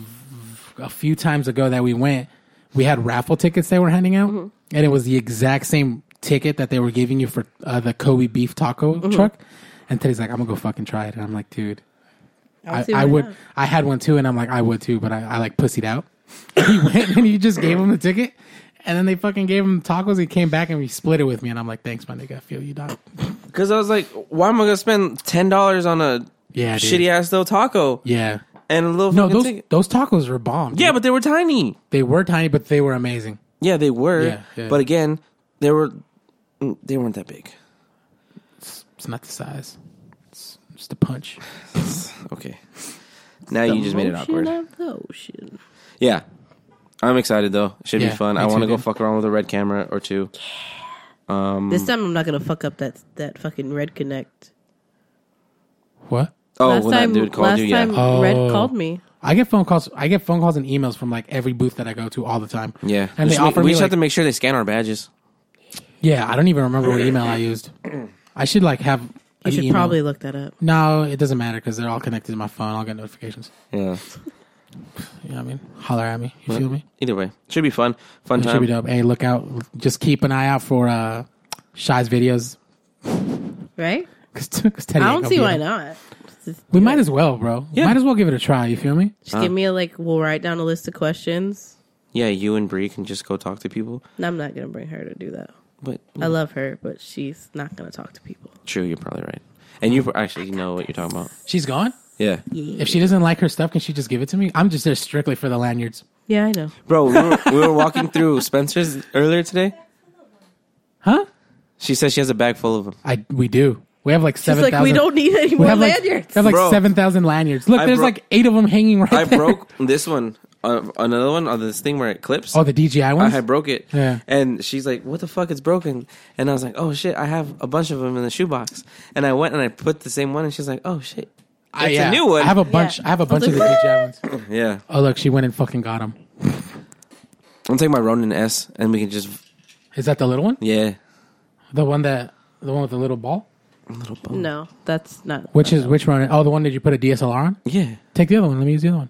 Speaker 2: a few times ago that we went, we had raffle tickets they were handing out,
Speaker 3: Mm-hmm.
Speaker 2: and it was the exact same ticket that they were giving you for uh, the Kobe beef taco
Speaker 3: Mm-hmm.
Speaker 2: truck. And Teddy's like, I'm gonna go fucking try it. And I'm like, dude,
Speaker 3: I'll
Speaker 2: I,
Speaker 3: see
Speaker 2: I
Speaker 3: why
Speaker 2: would.
Speaker 3: not.
Speaker 2: I had one too, and I'm like, I would too, but I, I like pussied out. And he went and he just gave him the ticket, and then they fucking gave him tacos. He came back and he split it with me, and I'm like, thanks, my nigga. I feel you, dog.
Speaker 1: Because I was like, why am I gonna spend ten dollars on a
Speaker 2: Yeah, dude.
Speaker 1: shitty ass little taco
Speaker 2: Yeah.
Speaker 1: and a little
Speaker 2: No,
Speaker 1: fucking
Speaker 2: those
Speaker 1: ticket?
Speaker 2: those tacos were bomb.
Speaker 1: Yeah,
Speaker 2: dude.
Speaker 1: but they were tiny.
Speaker 2: they were tiny, but they were amazing.
Speaker 1: Yeah, they were.
Speaker 2: Yeah, yeah.
Speaker 1: But again, they were mm, they weren't that big.
Speaker 2: It's not the size. It's just a punch.
Speaker 1: Okay. Now you just made it awkward.
Speaker 3: Motion of the ocean.
Speaker 1: Yeah. I'm excited though. It should
Speaker 2: Yeah,
Speaker 1: be fun.
Speaker 2: me
Speaker 1: I
Speaker 2: too,
Speaker 1: want to go
Speaker 2: dude.
Speaker 1: fuck around with a red camera or two. Um,
Speaker 3: This time I'm not gonna fuck up that that fucking red connect.
Speaker 2: What?
Speaker 1: Oh,
Speaker 3: last
Speaker 1: when
Speaker 3: time,
Speaker 1: that dude called
Speaker 3: last
Speaker 1: you,
Speaker 3: time
Speaker 1: yeah.
Speaker 3: Red
Speaker 2: Oh.
Speaker 3: called me.
Speaker 2: I get phone calls. I get phone calls and emails from like every booth that I go to all the time.
Speaker 1: Yeah.
Speaker 2: and
Speaker 1: we
Speaker 2: they offer
Speaker 1: we
Speaker 2: me.
Speaker 1: just
Speaker 2: like-
Speaker 1: have to make sure they scan our badges.
Speaker 2: yeah, I don't even remember what email I used. I should like have.
Speaker 3: You
Speaker 2: an
Speaker 3: should
Speaker 2: email.
Speaker 3: probably look that up.
Speaker 2: No, it doesn't matter because they're all connected to my phone. I'll get notifications.
Speaker 1: Yeah.
Speaker 2: You know what I mean? Holler at me. You feel me?
Speaker 1: Either way, should be fun. Fun
Speaker 2: It
Speaker 1: time.
Speaker 2: should be dope. Hey, look out. Just keep an eye out for uh, Shy's videos.
Speaker 3: Right?
Speaker 2: Cause, cause Teddy
Speaker 3: I
Speaker 2: ain't
Speaker 3: don't
Speaker 2: gonna
Speaker 3: see
Speaker 2: be
Speaker 3: why
Speaker 2: able-
Speaker 3: not. Just,
Speaker 2: We might as well, bro.
Speaker 1: Yeah.
Speaker 2: Might as well give it a try. You feel me?
Speaker 3: just give me a like. We'll write down a list of questions.
Speaker 1: Yeah, you and Bree can just go talk to people.
Speaker 3: And I'm not gonna bring her to do that.
Speaker 1: But
Speaker 3: I love her, but she's not gonna talk to people.
Speaker 1: True, you're probably right. And you actually know what you're talking about.
Speaker 2: She's gone.
Speaker 1: Yeah.
Speaker 2: If she doesn't like her stuff, can she just give it to me? I'm just there strictly for the lanyards.
Speaker 3: Yeah, I know.
Speaker 1: Bro, we were, we were walking through Spencer's earlier today.
Speaker 2: Huh?
Speaker 1: She said she has a bag full of them.
Speaker 2: I we do. We have like
Speaker 3: It's
Speaker 2: seven
Speaker 3: like
Speaker 2: thousand.
Speaker 3: we don't need any
Speaker 2: We
Speaker 3: more
Speaker 2: have like,
Speaker 3: lanyards.
Speaker 2: we have like
Speaker 1: Bro.
Speaker 2: seven thousand lanyards. Look,
Speaker 1: I
Speaker 2: there's
Speaker 1: broke-
Speaker 2: like eight of them hanging right.
Speaker 1: I
Speaker 2: there.
Speaker 1: broke this one, uh, another one on this thing where it clips.
Speaker 2: Oh, the DJI
Speaker 1: I
Speaker 2: ones.
Speaker 1: had broke it.
Speaker 2: Yeah.
Speaker 1: And she's like, "What the fuck? It's broken." And I was like, "Oh shit! I have a bunch of them in the shoebox." And I went and I put the same one, and she's like, "Oh shit!"
Speaker 2: I,
Speaker 1: it's a new one.
Speaker 2: Ah, I have a bunch. I have a bunch of the
Speaker 3: like,
Speaker 2: DJI ones.
Speaker 1: Yeah.
Speaker 2: Oh look, she went and fucking got them.
Speaker 1: I'll take my Ronin S, and we can just
Speaker 2: Is that the little one?
Speaker 1: yeah.
Speaker 2: The one that the one with the little ball.
Speaker 1: Little bone.
Speaker 3: No, that's not.
Speaker 2: Which is which one? Oh, the one that you put a DSLR on.
Speaker 1: Yeah.
Speaker 2: Take the other one. Let me use the other one.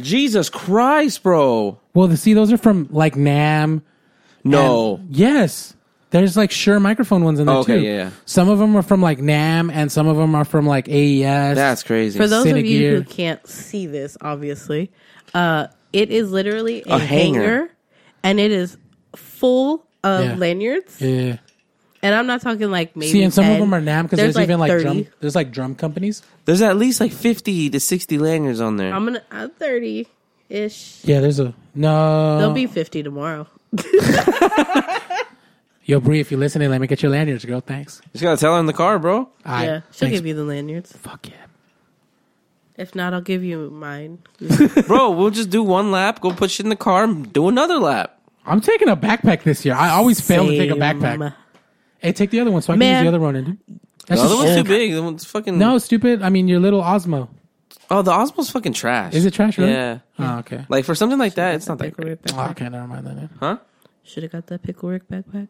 Speaker 1: Jesus Christ, bro.
Speaker 2: Well, the, see, those are from like Nam.
Speaker 1: No.
Speaker 2: And- yes. There's like sure microphone ones in there
Speaker 1: Oh, Okay,
Speaker 2: too.
Speaker 1: yeah, yeah.
Speaker 2: Some of them are from like Nam, and some of them are from like E AES.
Speaker 1: That's crazy.
Speaker 3: For those
Speaker 2: Cine
Speaker 3: of you
Speaker 2: gear.
Speaker 3: who can't see this, obviously, uh, it is literally a,
Speaker 1: A hanger.
Speaker 3: hanger. and it is full of
Speaker 2: Yeah.
Speaker 3: lanyards.
Speaker 2: yeah.
Speaker 3: And I'm not talking like maybe.
Speaker 2: Eh. See, and some
Speaker 3: 10.
Speaker 2: of them are Nam because there's,
Speaker 3: like
Speaker 2: even like
Speaker 3: 30.
Speaker 2: drum. There's like drum companies.
Speaker 1: There's at least like 50 to 60 lanyards on there.
Speaker 3: I'm gonna. uh, I'm thirty ish.
Speaker 2: Yeah, there's a no.
Speaker 3: They'll be fifty tomorrow.
Speaker 2: Yo, Bree, if you're listening, let me get your lanyards, girl. Thanks.
Speaker 1: just gotta tell her in the car, bro.
Speaker 2: I,
Speaker 3: yeah, she'll give you the lanyards.
Speaker 2: Fuck yeah.
Speaker 3: If not, I'll give you mine.
Speaker 1: bro, we'll just do one lap, go put shit in the car, and do another lap.
Speaker 2: I'm taking a backpack this year. I always fail to take a backpack. Hey, take the other one so I can use
Speaker 3: Man.
Speaker 2: the other one. And
Speaker 1: The
Speaker 2: That's
Speaker 1: other
Speaker 2: just
Speaker 1: one's too
Speaker 2: old.
Speaker 1: big. The one's fucking
Speaker 2: No, stupid. I mean, your little Osmo.
Speaker 1: Oh, the Osmo's fucking trash.
Speaker 2: Is it trash? Really?
Speaker 1: Yeah.
Speaker 2: Oh, okay.
Speaker 1: Like for something like that, it's not that great.
Speaker 2: Oh, okay, never mind that. yeah.
Speaker 1: Huh?
Speaker 3: Should have got that pickle rick backpack.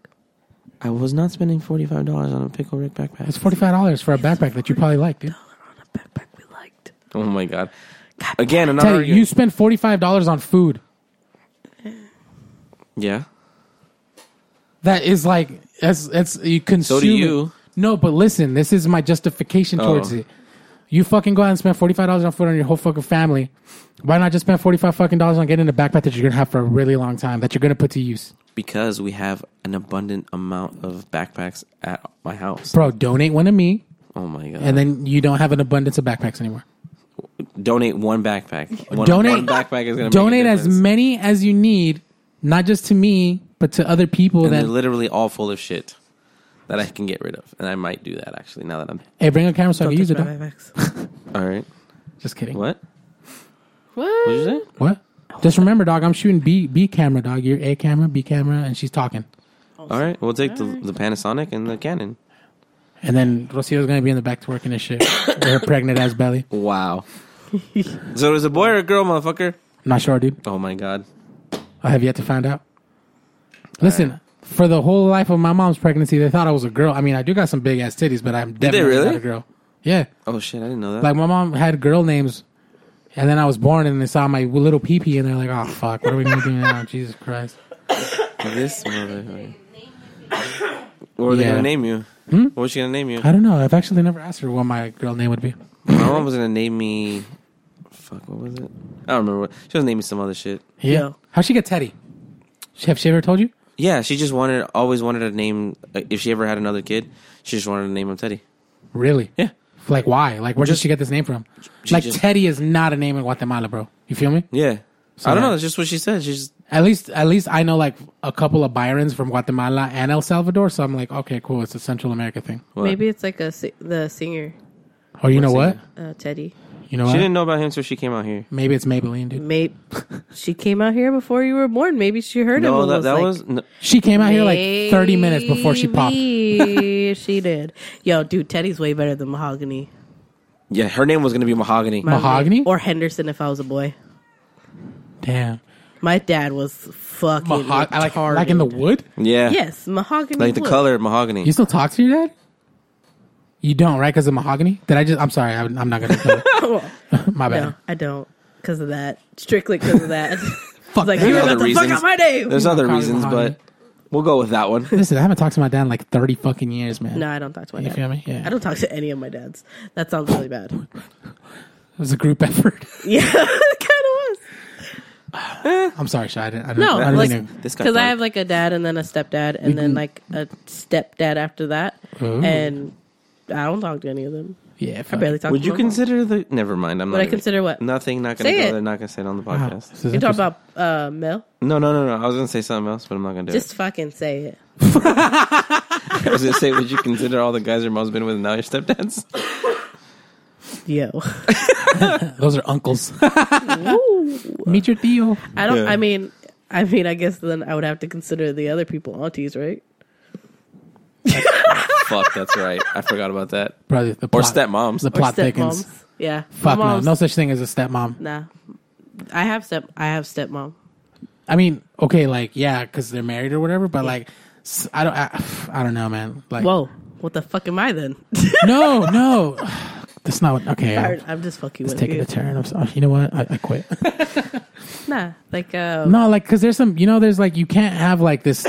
Speaker 1: I was not spending forty five dollars on a pickle rick backpack.
Speaker 2: It's forty five dollars for a backpack that you probably like, dude.
Speaker 3: On a backpack we liked.
Speaker 1: Oh my god. Again, another
Speaker 2: Tell you, you spend forty five dollars on food.
Speaker 1: Yeah.
Speaker 2: That is like it's it's you consume. it.
Speaker 1: you.
Speaker 2: No, but listen, this is my justification towards
Speaker 1: Oh.
Speaker 2: it. You fucking go out and spend forty five dollars on food on your whole fucking family. Why not just spend forty five fucking dollars on getting a backpack that you're gonna have for a really long time that you're gonna put to use,
Speaker 1: Because we have an abundant amount of backpacks at my house.
Speaker 2: bro? Donate one to me,
Speaker 1: Oh my god.
Speaker 2: and then you don't have an abundance of backpacks anymore.
Speaker 1: donate one backpack. One,
Speaker 2: Donate-
Speaker 1: one backpack is gonna
Speaker 2: Donate
Speaker 1: make a
Speaker 2: as
Speaker 1: difference.
Speaker 2: many as you need, not just to me, but to other people
Speaker 1: and
Speaker 2: that
Speaker 1: they're literally all full of shit that I can get rid of, and I might do that actually. Now that I'm
Speaker 2: Hey, bring a camera so I
Speaker 3: Don't
Speaker 2: can use it.
Speaker 3: touch my
Speaker 2: dog.
Speaker 3: backpacks.
Speaker 1: all right.
Speaker 2: Just kidding.
Speaker 1: What?
Speaker 3: what?
Speaker 1: What did you say?
Speaker 2: What? Just remember, dog. I'm shooting B B camera, dog. You're A camera, B camera, and she's talking.
Speaker 1: All right, we'll take the, the Panasonic and the Canon.
Speaker 2: And then Rocio's gonna be in the back to working this shit with her pregnant ass belly.
Speaker 1: Wow. so it was a boy or a girl, motherfucker?
Speaker 2: I'm not sure, dude.
Speaker 1: Oh my god.
Speaker 2: I have yet to find out. Listen, for the whole life of my mom's pregnancy, they thought I was a girl. I mean, I do got some big ass titties, but I'm definitely
Speaker 1: really?
Speaker 2: not a girl. Yeah,
Speaker 1: Oh shit, I didn't know that.
Speaker 2: like my mom had girl names, and then I was born and they saw my little pee pee, and they're like, "Oh fuck, what are we gonna do now?" Jesus Christ.
Speaker 1: this motherfucker. What were they
Speaker 2: Yeah.
Speaker 1: gonna name you? What was she gonna name you?
Speaker 2: I don't know. I've actually never asked her what my girl name would be.
Speaker 1: My mom was gonna name me. Fuck, what was it? I don't remember. What, she was gonna name me some other shit.
Speaker 2: Yeah.
Speaker 3: Yeah.
Speaker 2: How'd she get Teddy? She, have she ever told you?
Speaker 1: Yeah, she just wanted, always wanted to name. Like, if she ever had another kid, she just wanted to name him Teddy.
Speaker 2: Really?
Speaker 1: Yeah.
Speaker 2: Like, why? Like, where
Speaker 1: Just-
Speaker 2: did she get this name from? Like,
Speaker 1: just-
Speaker 2: Teddy is not a name in Guatemala, bro. You feel me?
Speaker 1: Yeah. I don't
Speaker 2: yeah.
Speaker 1: know. That's just what she said. She's
Speaker 2: At least, at least I know like a couple of Byrons from Guatemala and El Salvador. So I'm like, okay, cool. It's a Central America thing.
Speaker 1: what?
Speaker 3: Maybe it's like a si- the singer
Speaker 2: Oh, you know
Speaker 1: What's
Speaker 2: what?
Speaker 1: it?
Speaker 3: uh, Teddy.
Speaker 2: You know
Speaker 1: she
Speaker 2: what?
Speaker 1: didn't know about him until she came out here.
Speaker 2: Maybe it's Maybelline, dude.
Speaker 3: Maybe she came out here before you were born. Maybe she heard him.
Speaker 1: No,
Speaker 3: and
Speaker 1: that, that
Speaker 3: like,
Speaker 1: was no,
Speaker 2: She came out here like 30 minutes before she popped.
Speaker 3: Maybe she did. Yo, dude, Teddy's way better than Mahogany.
Speaker 1: yeah. Her name was gonna be Mahogany.
Speaker 3: My
Speaker 2: Mahogany?
Speaker 3: way- or Henderson if I was a boy.
Speaker 2: Damn.
Speaker 3: My dad was fucking
Speaker 2: Maho- I like,
Speaker 3: retarded.
Speaker 2: like in the wood?
Speaker 1: yeah.
Speaker 3: yes, Mahogany.
Speaker 1: Like the
Speaker 3: wood.
Speaker 1: color Mahogany.
Speaker 2: You still talk to your dad? You don't, right? Because of mahogany? Did I just? I'm sorry. I'm, I'm not going to. My bad.
Speaker 3: No, I don't because of that. Strictly because of that.
Speaker 2: Fuck
Speaker 3: like
Speaker 2: that.
Speaker 3: you were
Speaker 1: Other
Speaker 3: about to fuck
Speaker 1: reasons.
Speaker 3: out my name.
Speaker 1: There's other
Speaker 2: Mahogany,
Speaker 1: reasons,
Speaker 2: mahogany.
Speaker 1: but we'll go with that one.
Speaker 2: Listen, I haven't talked to my dad in like 30 fucking years, man.
Speaker 3: No, I don't talk to my
Speaker 2: You
Speaker 3: dad.
Speaker 2: feel me? Yeah.
Speaker 3: I don't talk to any of my dads. That sounds really bad.
Speaker 2: It was a group effort.
Speaker 3: Yeah, it kind of was.
Speaker 2: I'm sorry, Shy. I didn't. I didn't,
Speaker 3: No,
Speaker 2: I didn't
Speaker 3: because
Speaker 2: mean to-
Speaker 1: This got
Speaker 3: I
Speaker 1: dark.
Speaker 3: have like a dad and then a stepdad and then like a stepdad after that,
Speaker 2: Ooh.
Speaker 3: and I don't talk to any of them.
Speaker 2: yeah,
Speaker 3: I barely talk.
Speaker 1: Would
Speaker 3: to
Speaker 1: you
Speaker 3: my mom.
Speaker 1: consider the? Never mind. I'm
Speaker 3: Would
Speaker 1: not.
Speaker 3: I
Speaker 1: even-
Speaker 3: consider what?
Speaker 1: Nothing. Not gonna
Speaker 3: Say
Speaker 1: go
Speaker 3: it.
Speaker 1: there. Not gonna say it on the
Speaker 2: Wow,
Speaker 1: podcast.
Speaker 2: this is
Speaker 3: You talk
Speaker 2: interesting.
Speaker 3: about uh, Mel?
Speaker 1: No, no, no, no. I was gonna say something else, but I'm not gonna do
Speaker 3: Just fucking say it.
Speaker 1: it. I was gonna say, would you consider all the guys your mom's been with now your stepdads?
Speaker 3: Yo,
Speaker 2: those are uncles.
Speaker 3: Woo.
Speaker 2: Meet your deal.
Speaker 3: I don't.
Speaker 1: Yeah.
Speaker 3: I mean, I mean, I guess then I would have to consider the other people aunties, right?
Speaker 1: Fuck, that's right. I forgot about that.
Speaker 2: Brother, the
Speaker 1: Or
Speaker 2: plot,
Speaker 1: stepmoms.
Speaker 2: The plot thickens.
Speaker 3: stepmoms. Yeah,
Speaker 2: Fuck no,
Speaker 3: Moms.
Speaker 2: no such thing as a stepmom.
Speaker 3: Nah, I have step. I have stepmom.
Speaker 2: I mean, okay, like yeah, because they're married or whatever, but like, s- I don't, I, I don't know, man. Like,
Speaker 3: Whoa, what the fuck am I then?
Speaker 2: no, no, that's not what. Okay,
Speaker 3: Alright, I'm just fucking
Speaker 2: it's
Speaker 3: with
Speaker 2: taking
Speaker 3: you.
Speaker 2: a turn. I'm sorry. You know what? I, I quit.
Speaker 3: Nah, like uh,
Speaker 2: no, like, because there's some, you know, there's like you can't have like this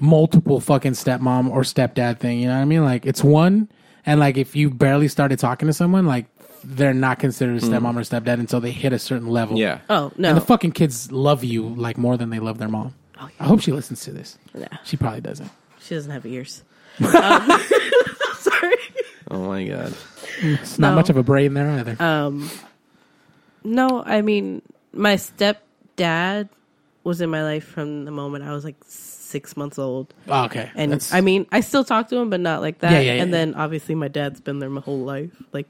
Speaker 2: multiple fucking stepmom or stepdad thing. You know what I mean? Like, it's one, and like if you barely started talking to someone, like they're not considered a stepmom or stepdad until they hit a certain level.
Speaker 1: Yeah.
Speaker 3: Oh no,
Speaker 2: And the fucking kids love you like more than they love their mom.
Speaker 3: Oh,
Speaker 2: I
Speaker 3: yeah.
Speaker 2: hope she listens to this.
Speaker 3: Nah,
Speaker 2: She probably doesn't.
Speaker 3: she doesn't have ears. um, sorry.
Speaker 1: Oh my god.
Speaker 2: It's not
Speaker 3: No.
Speaker 2: much of a brain there either.
Speaker 3: Um, no, I mean my stepdad was in my life from the moment I was like six months old,
Speaker 2: oh, okay.
Speaker 3: and
Speaker 2: That's-
Speaker 3: I mean I still talk to him, but not like that.
Speaker 2: Yeah, yeah, yeah.
Speaker 3: and then obviously my dad's been there my whole life. Like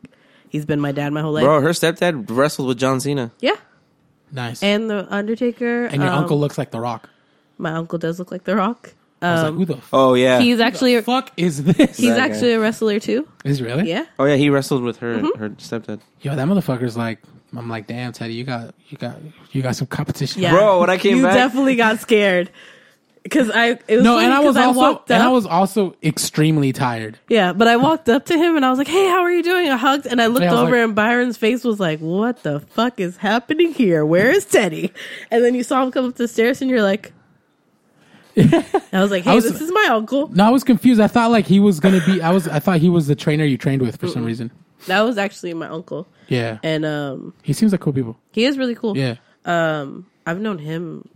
Speaker 3: he's been my dad my whole life.
Speaker 1: Bro, her stepdad wrestled with John Cena.
Speaker 3: Yeah,
Speaker 2: nice. And,
Speaker 3: and the Undertaker.
Speaker 2: your
Speaker 3: um,
Speaker 2: uncle looks like The Rock.
Speaker 3: My uncle does look like The Rock.
Speaker 2: I was
Speaker 3: Um,
Speaker 2: like, who the
Speaker 1: Oh yeah.
Speaker 3: he's actually a,
Speaker 2: fuck is this?
Speaker 3: he's
Speaker 1: that guy.
Speaker 3: actually a wrestler too.
Speaker 2: is really?
Speaker 3: Yeah.
Speaker 1: oh yeah, he wrestled with her
Speaker 3: Mm-hmm.
Speaker 1: her stepdad.
Speaker 2: Yo, that motherfucker's like, I'm like, damn, Teddy, you got, you got, you got some competition.
Speaker 3: Yeah.
Speaker 1: Bro, when I came
Speaker 3: you
Speaker 1: back-
Speaker 3: definitely got scared because I it was
Speaker 2: No,
Speaker 3: funny
Speaker 2: and I
Speaker 3: 'cause
Speaker 2: was also,
Speaker 3: walked
Speaker 2: and I
Speaker 3: up-
Speaker 2: was also extremely tired.
Speaker 3: yeah, but I walked up to him and I was like, "Hey, how are you doing?" I hugged and I looked
Speaker 2: Yeah, I was
Speaker 3: over
Speaker 2: like-
Speaker 3: and Byron's face was like, "What the fuck is happening here? Where is Teddy?" And then you saw him come up the stairs and you're like. I was like, "Hey,
Speaker 2: was-
Speaker 3: this is my uncle."
Speaker 2: No, I was confused. I thought like he was gonna be. I was. I thought he was the trainer you trained with for some reason.
Speaker 3: That was actually my uncle,
Speaker 2: Yeah,
Speaker 3: and um,
Speaker 2: he seems like cool people.
Speaker 3: he is really cool.
Speaker 2: Yeah,
Speaker 3: I've known him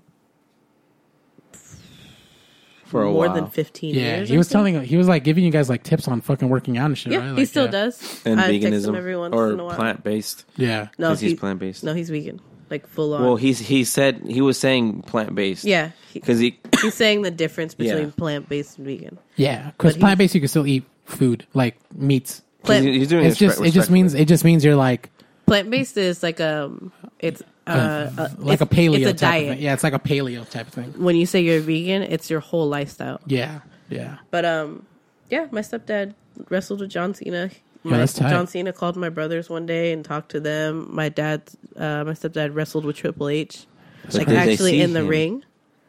Speaker 1: For a
Speaker 3: more
Speaker 1: while.
Speaker 3: than fifteen
Speaker 2: yeah.
Speaker 3: years.
Speaker 2: He
Speaker 3: I
Speaker 2: was
Speaker 3: think.
Speaker 2: telling. He was like giving you guys like tips on fucking working out and shit.
Speaker 3: Yeah,
Speaker 2: right?
Speaker 3: he
Speaker 2: Like,
Speaker 3: still
Speaker 2: yeah.
Speaker 3: does.
Speaker 1: and
Speaker 3: I text
Speaker 1: veganism
Speaker 3: him every once in a
Speaker 1: or
Speaker 3: while.
Speaker 1: plant based.
Speaker 2: Yeah.
Speaker 3: No,
Speaker 1: 'Cause he's
Speaker 3: he-
Speaker 1: plant-based.
Speaker 3: No, he's vegan, like full on.
Speaker 1: Well, he's he said he was saying plant based.
Speaker 3: yeah, he-
Speaker 1: Because he
Speaker 3: he's saying the difference
Speaker 1: Yeah.
Speaker 3: between plant based and vegan.
Speaker 2: Yeah, because
Speaker 3: But he-
Speaker 2: plant based, you can still eat food like meats.
Speaker 1: he's,
Speaker 3: Plant
Speaker 1: he's doing
Speaker 2: It's
Speaker 1: it
Speaker 2: just it just means it just means you're like
Speaker 3: plant based is like um, it's uh, uh
Speaker 2: like
Speaker 3: it's-
Speaker 2: a paleo
Speaker 3: It's
Speaker 2: type
Speaker 3: a
Speaker 2: Of
Speaker 3: diet.
Speaker 2: thing. Yeah, it's like a paleo type of thing.
Speaker 3: When you say you're vegan, it's your whole lifestyle.
Speaker 2: Yeah, yeah.
Speaker 3: But um, yeah, my stepdad wrestled with John Cena. My,
Speaker 2: that's tight.
Speaker 3: John Cena called my brothers one day and talked to them. My dad, uh, my stepdad wrestled with Triple H,
Speaker 1: did
Speaker 3: like
Speaker 1: they see
Speaker 3: actually in the
Speaker 1: him?
Speaker 3: ring.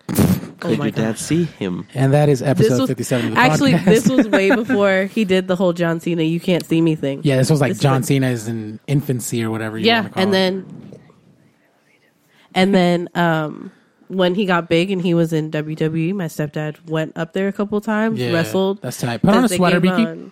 Speaker 3: Oh
Speaker 1: Could
Speaker 2: Oh
Speaker 3: my
Speaker 1: your
Speaker 3: God.
Speaker 1: dad see him?
Speaker 2: And that is
Speaker 3: This
Speaker 2: episode
Speaker 3: was
Speaker 2: fifty seven. of the
Speaker 3: actually
Speaker 2: podcast.
Speaker 3: this was way before he did the whole John Cena "You Can't See Me" thing.
Speaker 2: yeah, this was like
Speaker 3: this is
Speaker 2: John
Speaker 3: like-
Speaker 2: Cena is in infancy or whatever. You
Speaker 3: yeah,
Speaker 2: wanna call
Speaker 3: and
Speaker 2: it.
Speaker 3: then and then um, when he got big and he was in WWE, my stepdad went up there a couple times,
Speaker 2: Yeah,
Speaker 3: wrestled.
Speaker 2: That's tight. Put on a
Speaker 3: 'cause they
Speaker 2: sweater,
Speaker 3: gave,
Speaker 2: Beaky.
Speaker 3: um,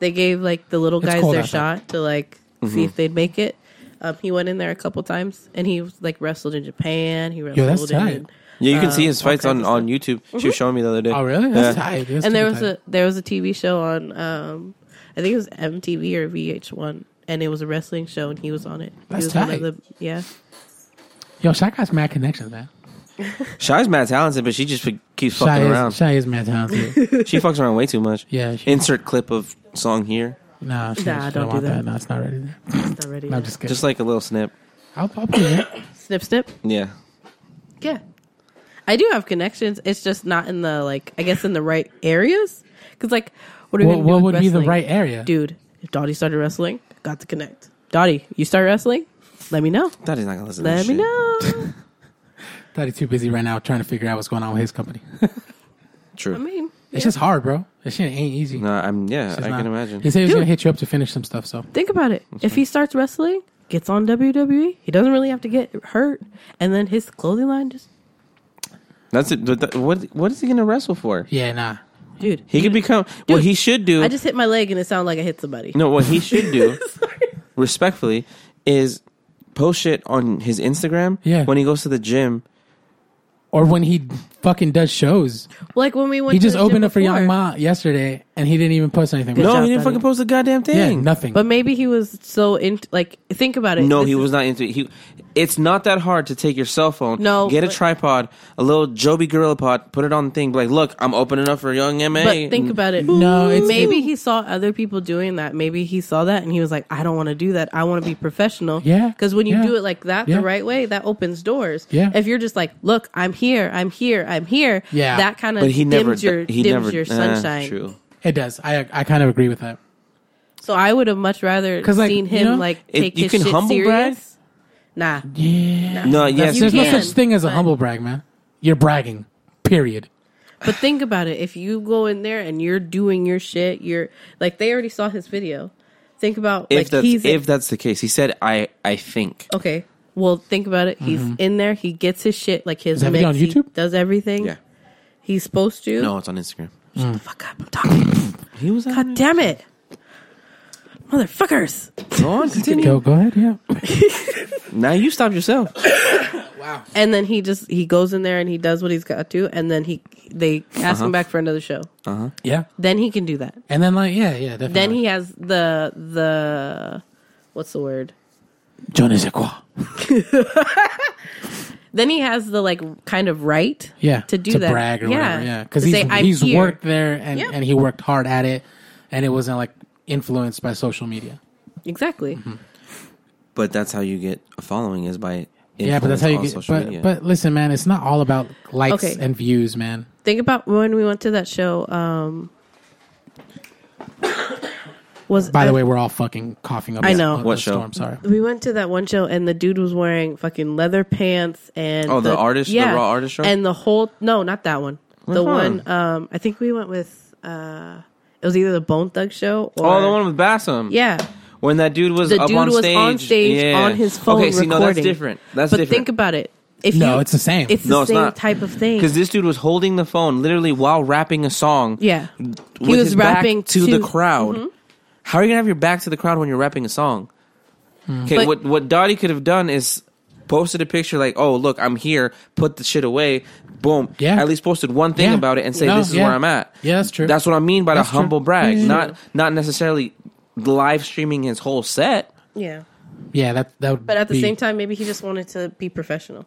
Speaker 3: they gave like the little
Speaker 2: It's
Speaker 3: guys
Speaker 2: cold Mm-hmm.
Speaker 3: their
Speaker 2: outside.
Speaker 3: shot to like see if they'd make it. Um, he went in there a couple times and he like wrestled in Japan. He wrestled
Speaker 2: that's tight.
Speaker 3: in.
Speaker 1: Yeah, you can see his fights
Speaker 3: kinds
Speaker 1: on
Speaker 3: of
Speaker 1: on YouTube.
Speaker 3: Mm-hmm.
Speaker 1: She was showing me the other day.
Speaker 2: oh really?
Speaker 1: Yeah.
Speaker 2: That's tight. That's
Speaker 3: and there was
Speaker 2: super tight.
Speaker 3: a there was a TV show on um I think it was MTV or VH1 and it was a wrestling show and he was on it. He
Speaker 2: That's
Speaker 3: was
Speaker 2: tight.
Speaker 3: the yeah.
Speaker 2: yo. Shy guy's mad connections, man.
Speaker 1: Shy's mad talented, but she just f- keeps
Speaker 2: Shy
Speaker 1: fucking
Speaker 2: is,
Speaker 1: around.
Speaker 2: Shy is mad talented.
Speaker 1: She fucks around way too much.
Speaker 2: Yeah, she-
Speaker 1: Insert clip of song here,
Speaker 2: nah, she,
Speaker 3: Nah,
Speaker 2: she don't,
Speaker 3: don't do
Speaker 2: want that.
Speaker 3: that.
Speaker 2: No, it's not ready. There.
Speaker 3: It's already
Speaker 2: No, I'm just kidding.
Speaker 1: just like a little snip.
Speaker 2: I'll, I'll put it in.
Speaker 3: snip snip.
Speaker 1: Yeah.
Speaker 3: Yeah. I do have connections. It's just not in the like I guess in the right areas cuz like what are
Speaker 2: What,
Speaker 3: we gonna do
Speaker 2: what
Speaker 3: with
Speaker 2: would be the
Speaker 3: wrestling?
Speaker 2: right area?
Speaker 3: Dude, if Dottie started wrestling, got to connect. Dottie, you start wrestling? Let me
Speaker 2: Oh,
Speaker 3: know.
Speaker 1: Daddy's not gonna listen. to
Speaker 3: Let
Speaker 1: this
Speaker 3: me
Speaker 1: shit.
Speaker 3: know.
Speaker 2: Daddy too busy right now trying to figure out what's going on with his company.
Speaker 1: True.
Speaker 3: I mean,
Speaker 2: It's just hard, bro. This shit ain't easy.
Speaker 1: no, I'm. Yeah,
Speaker 2: It's
Speaker 1: I
Speaker 2: not.
Speaker 1: can imagine.
Speaker 2: He said he was
Speaker 3: Dude.
Speaker 2: gonna hit you up to finish some stuff. So
Speaker 3: Think about it. if he starts wrestling, gets on WWE, he doesn't really have to get hurt, and then his clothing line just,
Speaker 1: That's it. But that- What What is he gonna wrestle for?
Speaker 2: yeah, nah.
Speaker 3: dude.
Speaker 1: He could become. what he should do.
Speaker 3: I just hit my leg, and it sounded like I hit somebody.
Speaker 1: no, what he should do, respectfully, is post shit on his Instagram
Speaker 2: Yeah.
Speaker 1: when he goes to the gym.
Speaker 2: Or when he fucking does shows.
Speaker 3: Like when we went.
Speaker 2: He
Speaker 3: to
Speaker 2: just
Speaker 3: the gym
Speaker 2: opened it for
Speaker 3: before.
Speaker 2: Young Ma yesterday and he didn't even post anything.
Speaker 1: no,
Speaker 3: job,
Speaker 1: he didn't
Speaker 3: buddy.
Speaker 1: fucking post a goddamn
Speaker 2: yeah,
Speaker 1: thing.
Speaker 2: nothing.
Speaker 3: But maybe he was so in. Like think about it.
Speaker 1: No,
Speaker 3: This
Speaker 1: he
Speaker 3: is-
Speaker 1: was not into it. He, it's not that hard to take your cell phone,
Speaker 3: No,
Speaker 1: get a
Speaker 3: but-
Speaker 1: tripod, a little Joby Gorilla Pod, put it on the thing, be like, look, I'm opening up for Young Mm. MA.
Speaker 3: But think about it.
Speaker 2: No, it's-
Speaker 3: maybe he saw other people doing that. Maybe he saw that and he was like, "I don't want to do that. I want to be professional."
Speaker 2: Yeah,
Speaker 3: because when you
Speaker 2: yeah,
Speaker 3: do it like that,
Speaker 2: yeah.
Speaker 3: the right way, that opens doors.
Speaker 2: Yeah.
Speaker 3: if you're just like, "Look, I'm here. I'm here. I'm here."
Speaker 2: Yeah.
Speaker 3: that kind of
Speaker 1: But he
Speaker 3: dims
Speaker 1: never.
Speaker 3: your
Speaker 1: he
Speaker 3: dims
Speaker 1: never.
Speaker 3: your
Speaker 1: nah,
Speaker 3: sunshine.
Speaker 1: true.
Speaker 2: it does. I I kind of agree with that.
Speaker 3: So I would have much rather
Speaker 2: 'Cause, like,
Speaker 3: seen
Speaker 2: you
Speaker 3: him
Speaker 2: know,
Speaker 3: like
Speaker 1: It-
Speaker 3: take
Speaker 1: you
Speaker 3: his
Speaker 1: can
Speaker 3: shit
Speaker 1: humble brag?
Speaker 3: serious. Nah,
Speaker 2: Yeah.
Speaker 1: No, yes,
Speaker 3: You
Speaker 2: There's no
Speaker 3: can,
Speaker 2: such thing as a
Speaker 3: but-
Speaker 2: humble brag, man. You're bragging. Period.
Speaker 3: But think about it. If you go in there and you're doing your shit, you're like they already saw his video. Think about
Speaker 1: If
Speaker 3: like
Speaker 1: that's
Speaker 3: he's
Speaker 1: if that's the case, he said, "I I think."
Speaker 3: okay. Well, think about it. He's in there. He gets his shit like his
Speaker 2: Mm-hmm. Is that video
Speaker 3: mix,
Speaker 2: on
Speaker 3: he
Speaker 2: YouTube?
Speaker 3: does everything.
Speaker 1: Yeah.
Speaker 3: he's supposed to.
Speaker 1: No, it's on Instagram.
Speaker 3: the fuck up. I'm talking.
Speaker 1: He was.
Speaker 3: God damn it, motherfuckers.
Speaker 1: Go on, continue.
Speaker 2: Go go ahead. Yeah.
Speaker 1: Now you stop yourself.
Speaker 3: And then he just he goes in there and he does what he's got to, and then he they ask
Speaker 2: Uh-huh.
Speaker 3: him back for another show.
Speaker 2: Yeah.
Speaker 3: Then he can do that.
Speaker 2: And then like yeah yeah definitely.
Speaker 3: Then he has the the what's the word?
Speaker 2: je ne sais quoi.
Speaker 3: Then he has the like kind of right.
Speaker 2: Yeah.
Speaker 3: to do
Speaker 2: to
Speaker 3: that.
Speaker 2: brag or
Speaker 3: yeah,
Speaker 2: whatever. Yeah. Because
Speaker 3: To
Speaker 2: he's
Speaker 3: say, "I'm
Speaker 2: he's
Speaker 3: here."
Speaker 2: worked there and
Speaker 3: Yeah.
Speaker 2: and he worked hard at it, and it wasn't like influenced by social media.
Speaker 3: exactly.
Speaker 2: Mm-hmm.
Speaker 1: But that's how you get a following is by
Speaker 2: Yeah, but that's
Speaker 1: influence
Speaker 2: how you
Speaker 1: on
Speaker 2: get.
Speaker 1: social
Speaker 2: But
Speaker 1: media.
Speaker 2: but listen, man, it's not all about likes
Speaker 3: Okay.
Speaker 2: and views, man.
Speaker 3: Think about when we went to that show. Um, was
Speaker 2: By
Speaker 3: I-
Speaker 2: the way, we're all fucking coughing up.
Speaker 3: I
Speaker 2: a-
Speaker 3: know.
Speaker 2: a
Speaker 1: What show?
Speaker 2: Storm, sorry.
Speaker 3: we went to that one show and the dude was wearing fucking leather pants and
Speaker 1: Oh, the artist- the Raw artist show?
Speaker 3: and the whole no, not that one. The
Speaker 1: Which one?
Speaker 3: one um, I think we went with. Uh, it was either the Bone Thug show or
Speaker 1: oh, the one with Bassam.
Speaker 3: Yeah,
Speaker 1: When that dude was
Speaker 3: The
Speaker 1: up
Speaker 3: dude
Speaker 1: on
Speaker 3: was
Speaker 1: stage,
Speaker 3: on stage
Speaker 1: yeah.
Speaker 3: on his phone
Speaker 1: Okay, see, no, that's
Speaker 3: recording.
Speaker 1: different. That's
Speaker 3: but
Speaker 1: different.
Speaker 3: think about it. If
Speaker 2: No,
Speaker 3: you-
Speaker 2: it's the same.
Speaker 3: It's the
Speaker 1: No, it's
Speaker 3: same
Speaker 1: not.
Speaker 3: type of thing.
Speaker 1: because this dude was holding the phone literally while rapping a song.
Speaker 3: Yeah.
Speaker 1: with his back to, the crowd.
Speaker 2: Mm-hmm.
Speaker 1: How are you gonna have your back to the crowd when you're rapping a song?
Speaker 2: Hmm.
Speaker 1: Okay,
Speaker 3: But-
Speaker 1: what what Dottie could have done is posted a picture like, "Oh, look, I'm here. Put the shit away. Boom.
Speaker 2: Yeah.
Speaker 1: At least posted one thing
Speaker 2: Yeah.
Speaker 1: about it and say,
Speaker 2: No,
Speaker 1: "This is
Speaker 2: yeah.
Speaker 1: where I'm at.
Speaker 2: Yeah, that's true.
Speaker 1: That's what I mean by
Speaker 2: That's
Speaker 1: the
Speaker 2: true.
Speaker 1: humble brag.
Speaker 2: Yeah, yeah,
Speaker 1: Not not necessarily live streaming his whole set.
Speaker 3: Yeah.
Speaker 2: Yeah, that that would.
Speaker 3: But at the
Speaker 2: be-
Speaker 3: same time, maybe he just wanted to be professional.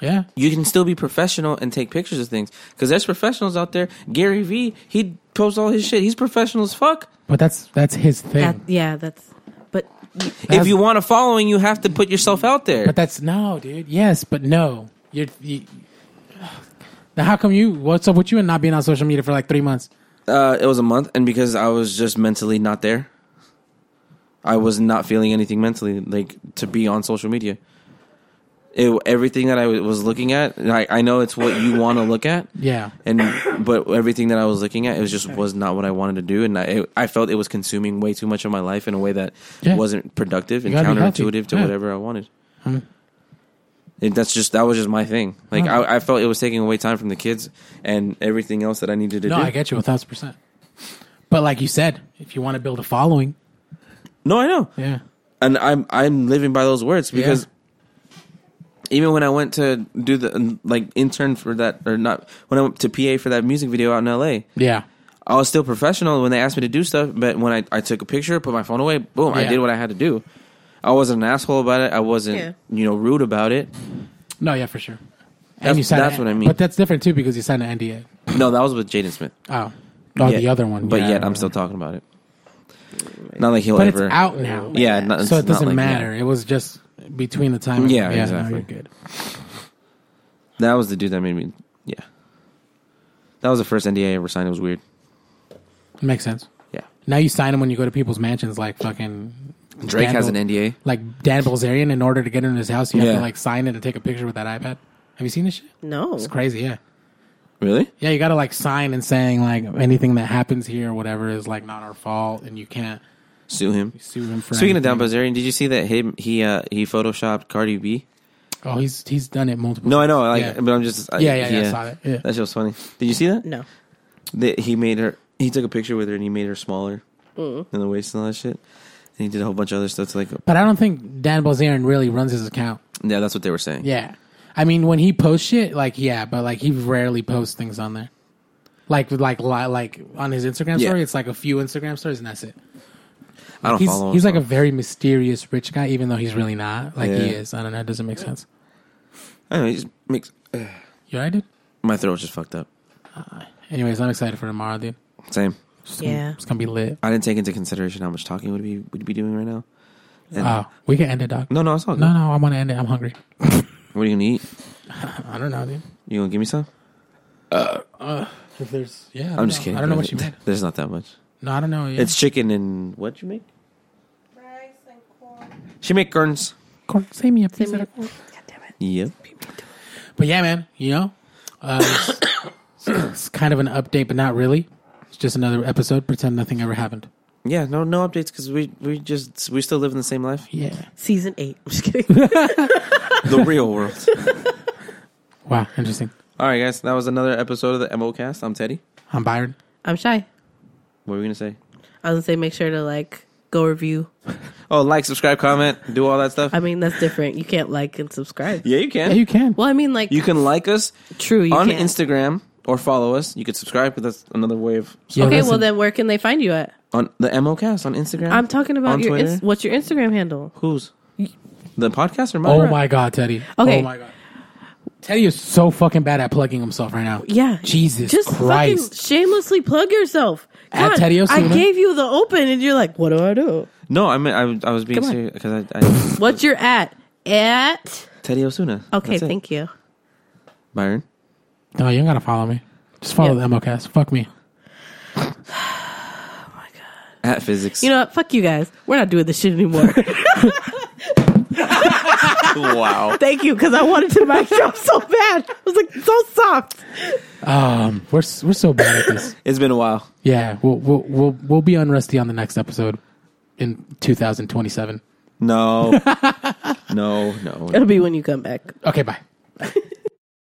Speaker 2: yeah,
Speaker 1: You can still be professional and take pictures of things because there's professionals out there. Gary V. He posts all his shit. He's professional as fuck.
Speaker 2: but that's that's his thing.
Speaker 3: yeah, that's. But
Speaker 1: if
Speaker 2: That's-
Speaker 1: you want a following, you have to put yourself out there.
Speaker 2: But that's no, dude. Yes, but no. You're you, now. How come you? What's up with you and not being on social media for like three months?
Speaker 1: Uh, it was a month, and because I was just mentally not there, I was not feeling anything mentally, like to be on social media. It, everything that I was looking at, and I, I know it's what you want to look at,
Speaker 2: Yeah,
Speaker 1: and but everything that I was looking at, it was just was not what I wanted to do, and I it, I felt it was consuming way too much of my life in a way that
Speaker 2: Yeah.
Speaker 1: wasn't productive and
Speaker 2: gotta be healthy.
Speaker 1: counterintuitive to
Speaker 2: Yeah. Mm-hmm.
Speaker 1: whatever I wanted. And that's just that was just my thing. Like
Speaker 2: Huh.
Speaker 1: I, I felt it was taking away time from the kids and everything else that I needed to
Speaker 2: no,
Speaker 1: do.
Speaker 2: I get you a thousand percent. But like you said, if you want to build a following,
Speaker 1: no, I know.
Speaker 2: yeah,
Speaker 1: and I'm I'm living by those words because even when I went to do the like intern for that or not when I went to PA for that music video out in LA,
Speaker 2: yeah,
Speaker 1: I was still professional when they asked me to do stuff. But when I, I took a picture, put my phone away, boom, I
Speaker 2: Yeah.
Speaker 1: did what I had to do. I wasn't an asshole about it. I wasn't
Speaker 3: Yeah.
Speaker 1: you know rude about it.
Speaker 2: no, yeah, for sure.
Speaker 1: That's- that's what I mean.
Speaker 2: But that's different too because you signed an NDA.
Speaker 1: No, that was with Jaden Smith.
Speaker 2: Oh, oh,
Speaker 1: Yet-
Speaker 2: the other one.
Speaker 1: But
Speaker 2: yeah, I
Speaker 1: yet I'm
Speaker 2: remember.
Speaker 1: still talking about it. Not like he'll
Speaker 2: But it's
Speaker 1: ever.
Speaker 2: out now.
Speaker 1: Yeah, not, it's
Speaker 2: so
Speaker 1: not
Speaker 2: it doesn't
Speaker 1: like-
Speaker 2: matter. It was just between the time.
Speaker 1: Yeah,
Speaker 2: no,
Speaker 1: exactly.
Speaker 2: you're good.
Speaker 1: That was the dude that made me. Yeah, that was the first NDA I ever signed. It was weird.
Speaker 2: makes sense.
Speaker 1: Yeah,
Speaker 2: Now you sign them when you go to people's mansions, like fucking
Speaker 1: Drake has an
Speaker 2: Daniel-
Speaker 1: NDA.
Speaker 2: Like Dan Bilzerian, in order to get into his house, you have
Speaker 1: Yeah.
Speaker 2: to like sign it and take a picture with that iPad. Have you seen this shit?
Speaker 3: no,
Speaker 2: It's crazy, yeah.
Speaker 1: Really?
Speaker 2: Yeah, you gotta like sign and saying like anything that happens here or whatever is like not our fault and you can't
Speaker 1: Sue him.
Speaker 2: sue him for
Speaker 1: Speaking of
Speaker 2: anything.
Speaker 1: Down Bazarian, did you see that him he uh he photoshopped Cardi B?
Speaker 2: Oh, he's he's done it multiple
Speaker 1: No, I know, like,
Speaker 2: Yeah.
Speaker 1: but I'm just I,
Speaker 2: Yeah, yeah, yeah, I saw that, yeah.
Speaker 1: That shit was funny. Did you see that?
Speaker 3: no.
Speaker 1: That he made her. He took a picture with her and he made her smaller in the waist and all that shit. And he did a whole bunch of other stuff to like
Speaker 2: But I don't think Dan Bilzerian really runs his account.
Speaker 1: Yeah, that's what they were saying.
Speaker 2: Yeah. I mean, when he posts shit, like yeah, but like he rarely posts things on there. Like like li- like on his Instagram
Speaker 1: Yeah.
Speaker 2: story, it's like a few Instagram stories and that's it.
Speaker 1: I don't
Speaker 2: He's
Speaker 1: follow him.
Speaker 2: he's like
Speaker 1: so-
Speaker 2: a very mysterious rich guy, even though he's really not. Like he
Speaker 1: Yeah.
Speaker 2: is. I don't know. It doesn't make sense.
Speaker 1: I don't know, he just makes
Speaker 2: You right, dude?
Speaker 1: my throat's just fucked up.
Speaker 2: Anyways, I'm excited for tomorrow, dude.
Speaker 1: Same.
Speaker 2: It's gonna-
Speaker 3: Yeah.
Speaker 2: it's gonna be lit.
Speaker 1: I didn't take into consideration how much talking would be would be doing right now. And-
Speaker 2: Oh, we can end it, dog.
Speaker 1: no, no, it's all good.
Speaker 2: no, no. I want to end it. I'm hungry.
Speaker 1: What are you gonna eat?
Speaker 2: I don't know, dude.
Speaker 1: You gonna give me some?
Speaker 2: If there's, yeah, I
Speaker 1: I'm
Speaker 2: don't
Speaker 1: just
Speaker 2: know.
Speaker 1: kidding.
Speaker 2: I don't know
Speaker 1: bro.
Speaker 2: what you meant.
Speaker 1: There's not that much.
Speaker 2: No, I don't know. Yeah.
Speaker 1: It's chicken and what you make?
Speaker 3: Rice and corn.
Speaker 1: She make corns.
Speaker 2: corn. Save me a piece of
Speaker 3: me
Speaker 2: the
Speaker 3: a-
Speaker 2: corn.
Speaker 3: God damn it.
Speaker 1: Yep.
Speaker 2: But yeah, man, you know, uh, it's- it's kind of an update, but not really. It's just another episode. Pretend nothing ever happened.
Speaker 1: Yeah. No, no updates because we we just we still living the same life.
Speaker 2: Yeah.
Speaker 3: Season eight. I'm just kidding.
Speaker 1: the real world.
Speaker 2: Wow. Interesting.
Speaker 1: All right, guys. That was another episode of the MOcast. I'm Teddy.
Speaker 2: I'm Byron.
Speaker 3: I'm shy.
Speaker 1: What were we gonna say?
Speaker 3: I was gonna say make sure to like go review.
Speaker 1: Oh, like, subscribe, comment, do all that stuff.
Speaker 3: I mean that's different. You can't like and subscribe.
Speaker 1: yeah, you can.
Speaker 2: Yeah, you can.
Speaker 3: Well, I mean like
Speaker 1: You can like us
Speaker 3: true. You
Speaker 1: on
Speaker 3: can't.
Speaker 1: Instagram or follow us. You could subscribe, but that's another way of
Speaker 2: Yeah,
Speaker 3: okay, well
Speaker 2: listen.
Speaker 3: then where can they find you at?
Speaker 1: on the MOcast on Instagram.
Speaker 3: I'm talking about
Speaker 1: on
Speaker 3: your
Speaker 1: Twitter.
Speaker 3: ins- what's your Instagram handle?
Speaker 1: Who's the podcast or mine?
Speaker 2: Oh my god, Teddy.
Speaker 3: Okay.
Speaker 2: Oh my god. Teddy is so fucking bad at plugging himself right now.
Speaker 3: Yeah.
Speaker 2: Jesus
Speaker 3: Just fucking
Speaker 2: Christ.
Speaker 3: shamelessly plug yourself.
Speaker 2: At
Speaker 3: God,
Speaker 2: Teddy
Speaker 3: I
Speaker 2: Osuna.
Speaker 3: gave you the open and you're like, what do I do?
Speaker 1: No, I mean I, I was being
Speaker 3: Come on.
Speaker 1: serious because I, I
Speaker 3: What's your at? At
Speaker 1: Teddy Osuna.
Speaker 3: Okay,
Speaker 1: That's it.
Speaker 3: thank you.
Speaker 1: Byron.
Speaker 2: No, you ain't gotta follow me. Just follow
Speaker 3: Yeah.
Speaker 2: the MOcast. Fuck me.
Speaker 1: At physics.
Speaker 3: You know what? Fuck you guys. We're not doing this shit anymore.
Speaker 1: wow.
Speaker 3: thank you, because I wanted to make job so bad. I was like so soft.
Speaker 2: Um, we're s- we're so bad at this.
Speaker 1: It's been a while.
Speaker 2: Yeah, we'll we'll we'll, we'll be on Rusty on the next episode in 2027.
Speaker 1: No. no, no.
Speaker 3: It'll be when you come back.
Speaker 2: Okay, bye.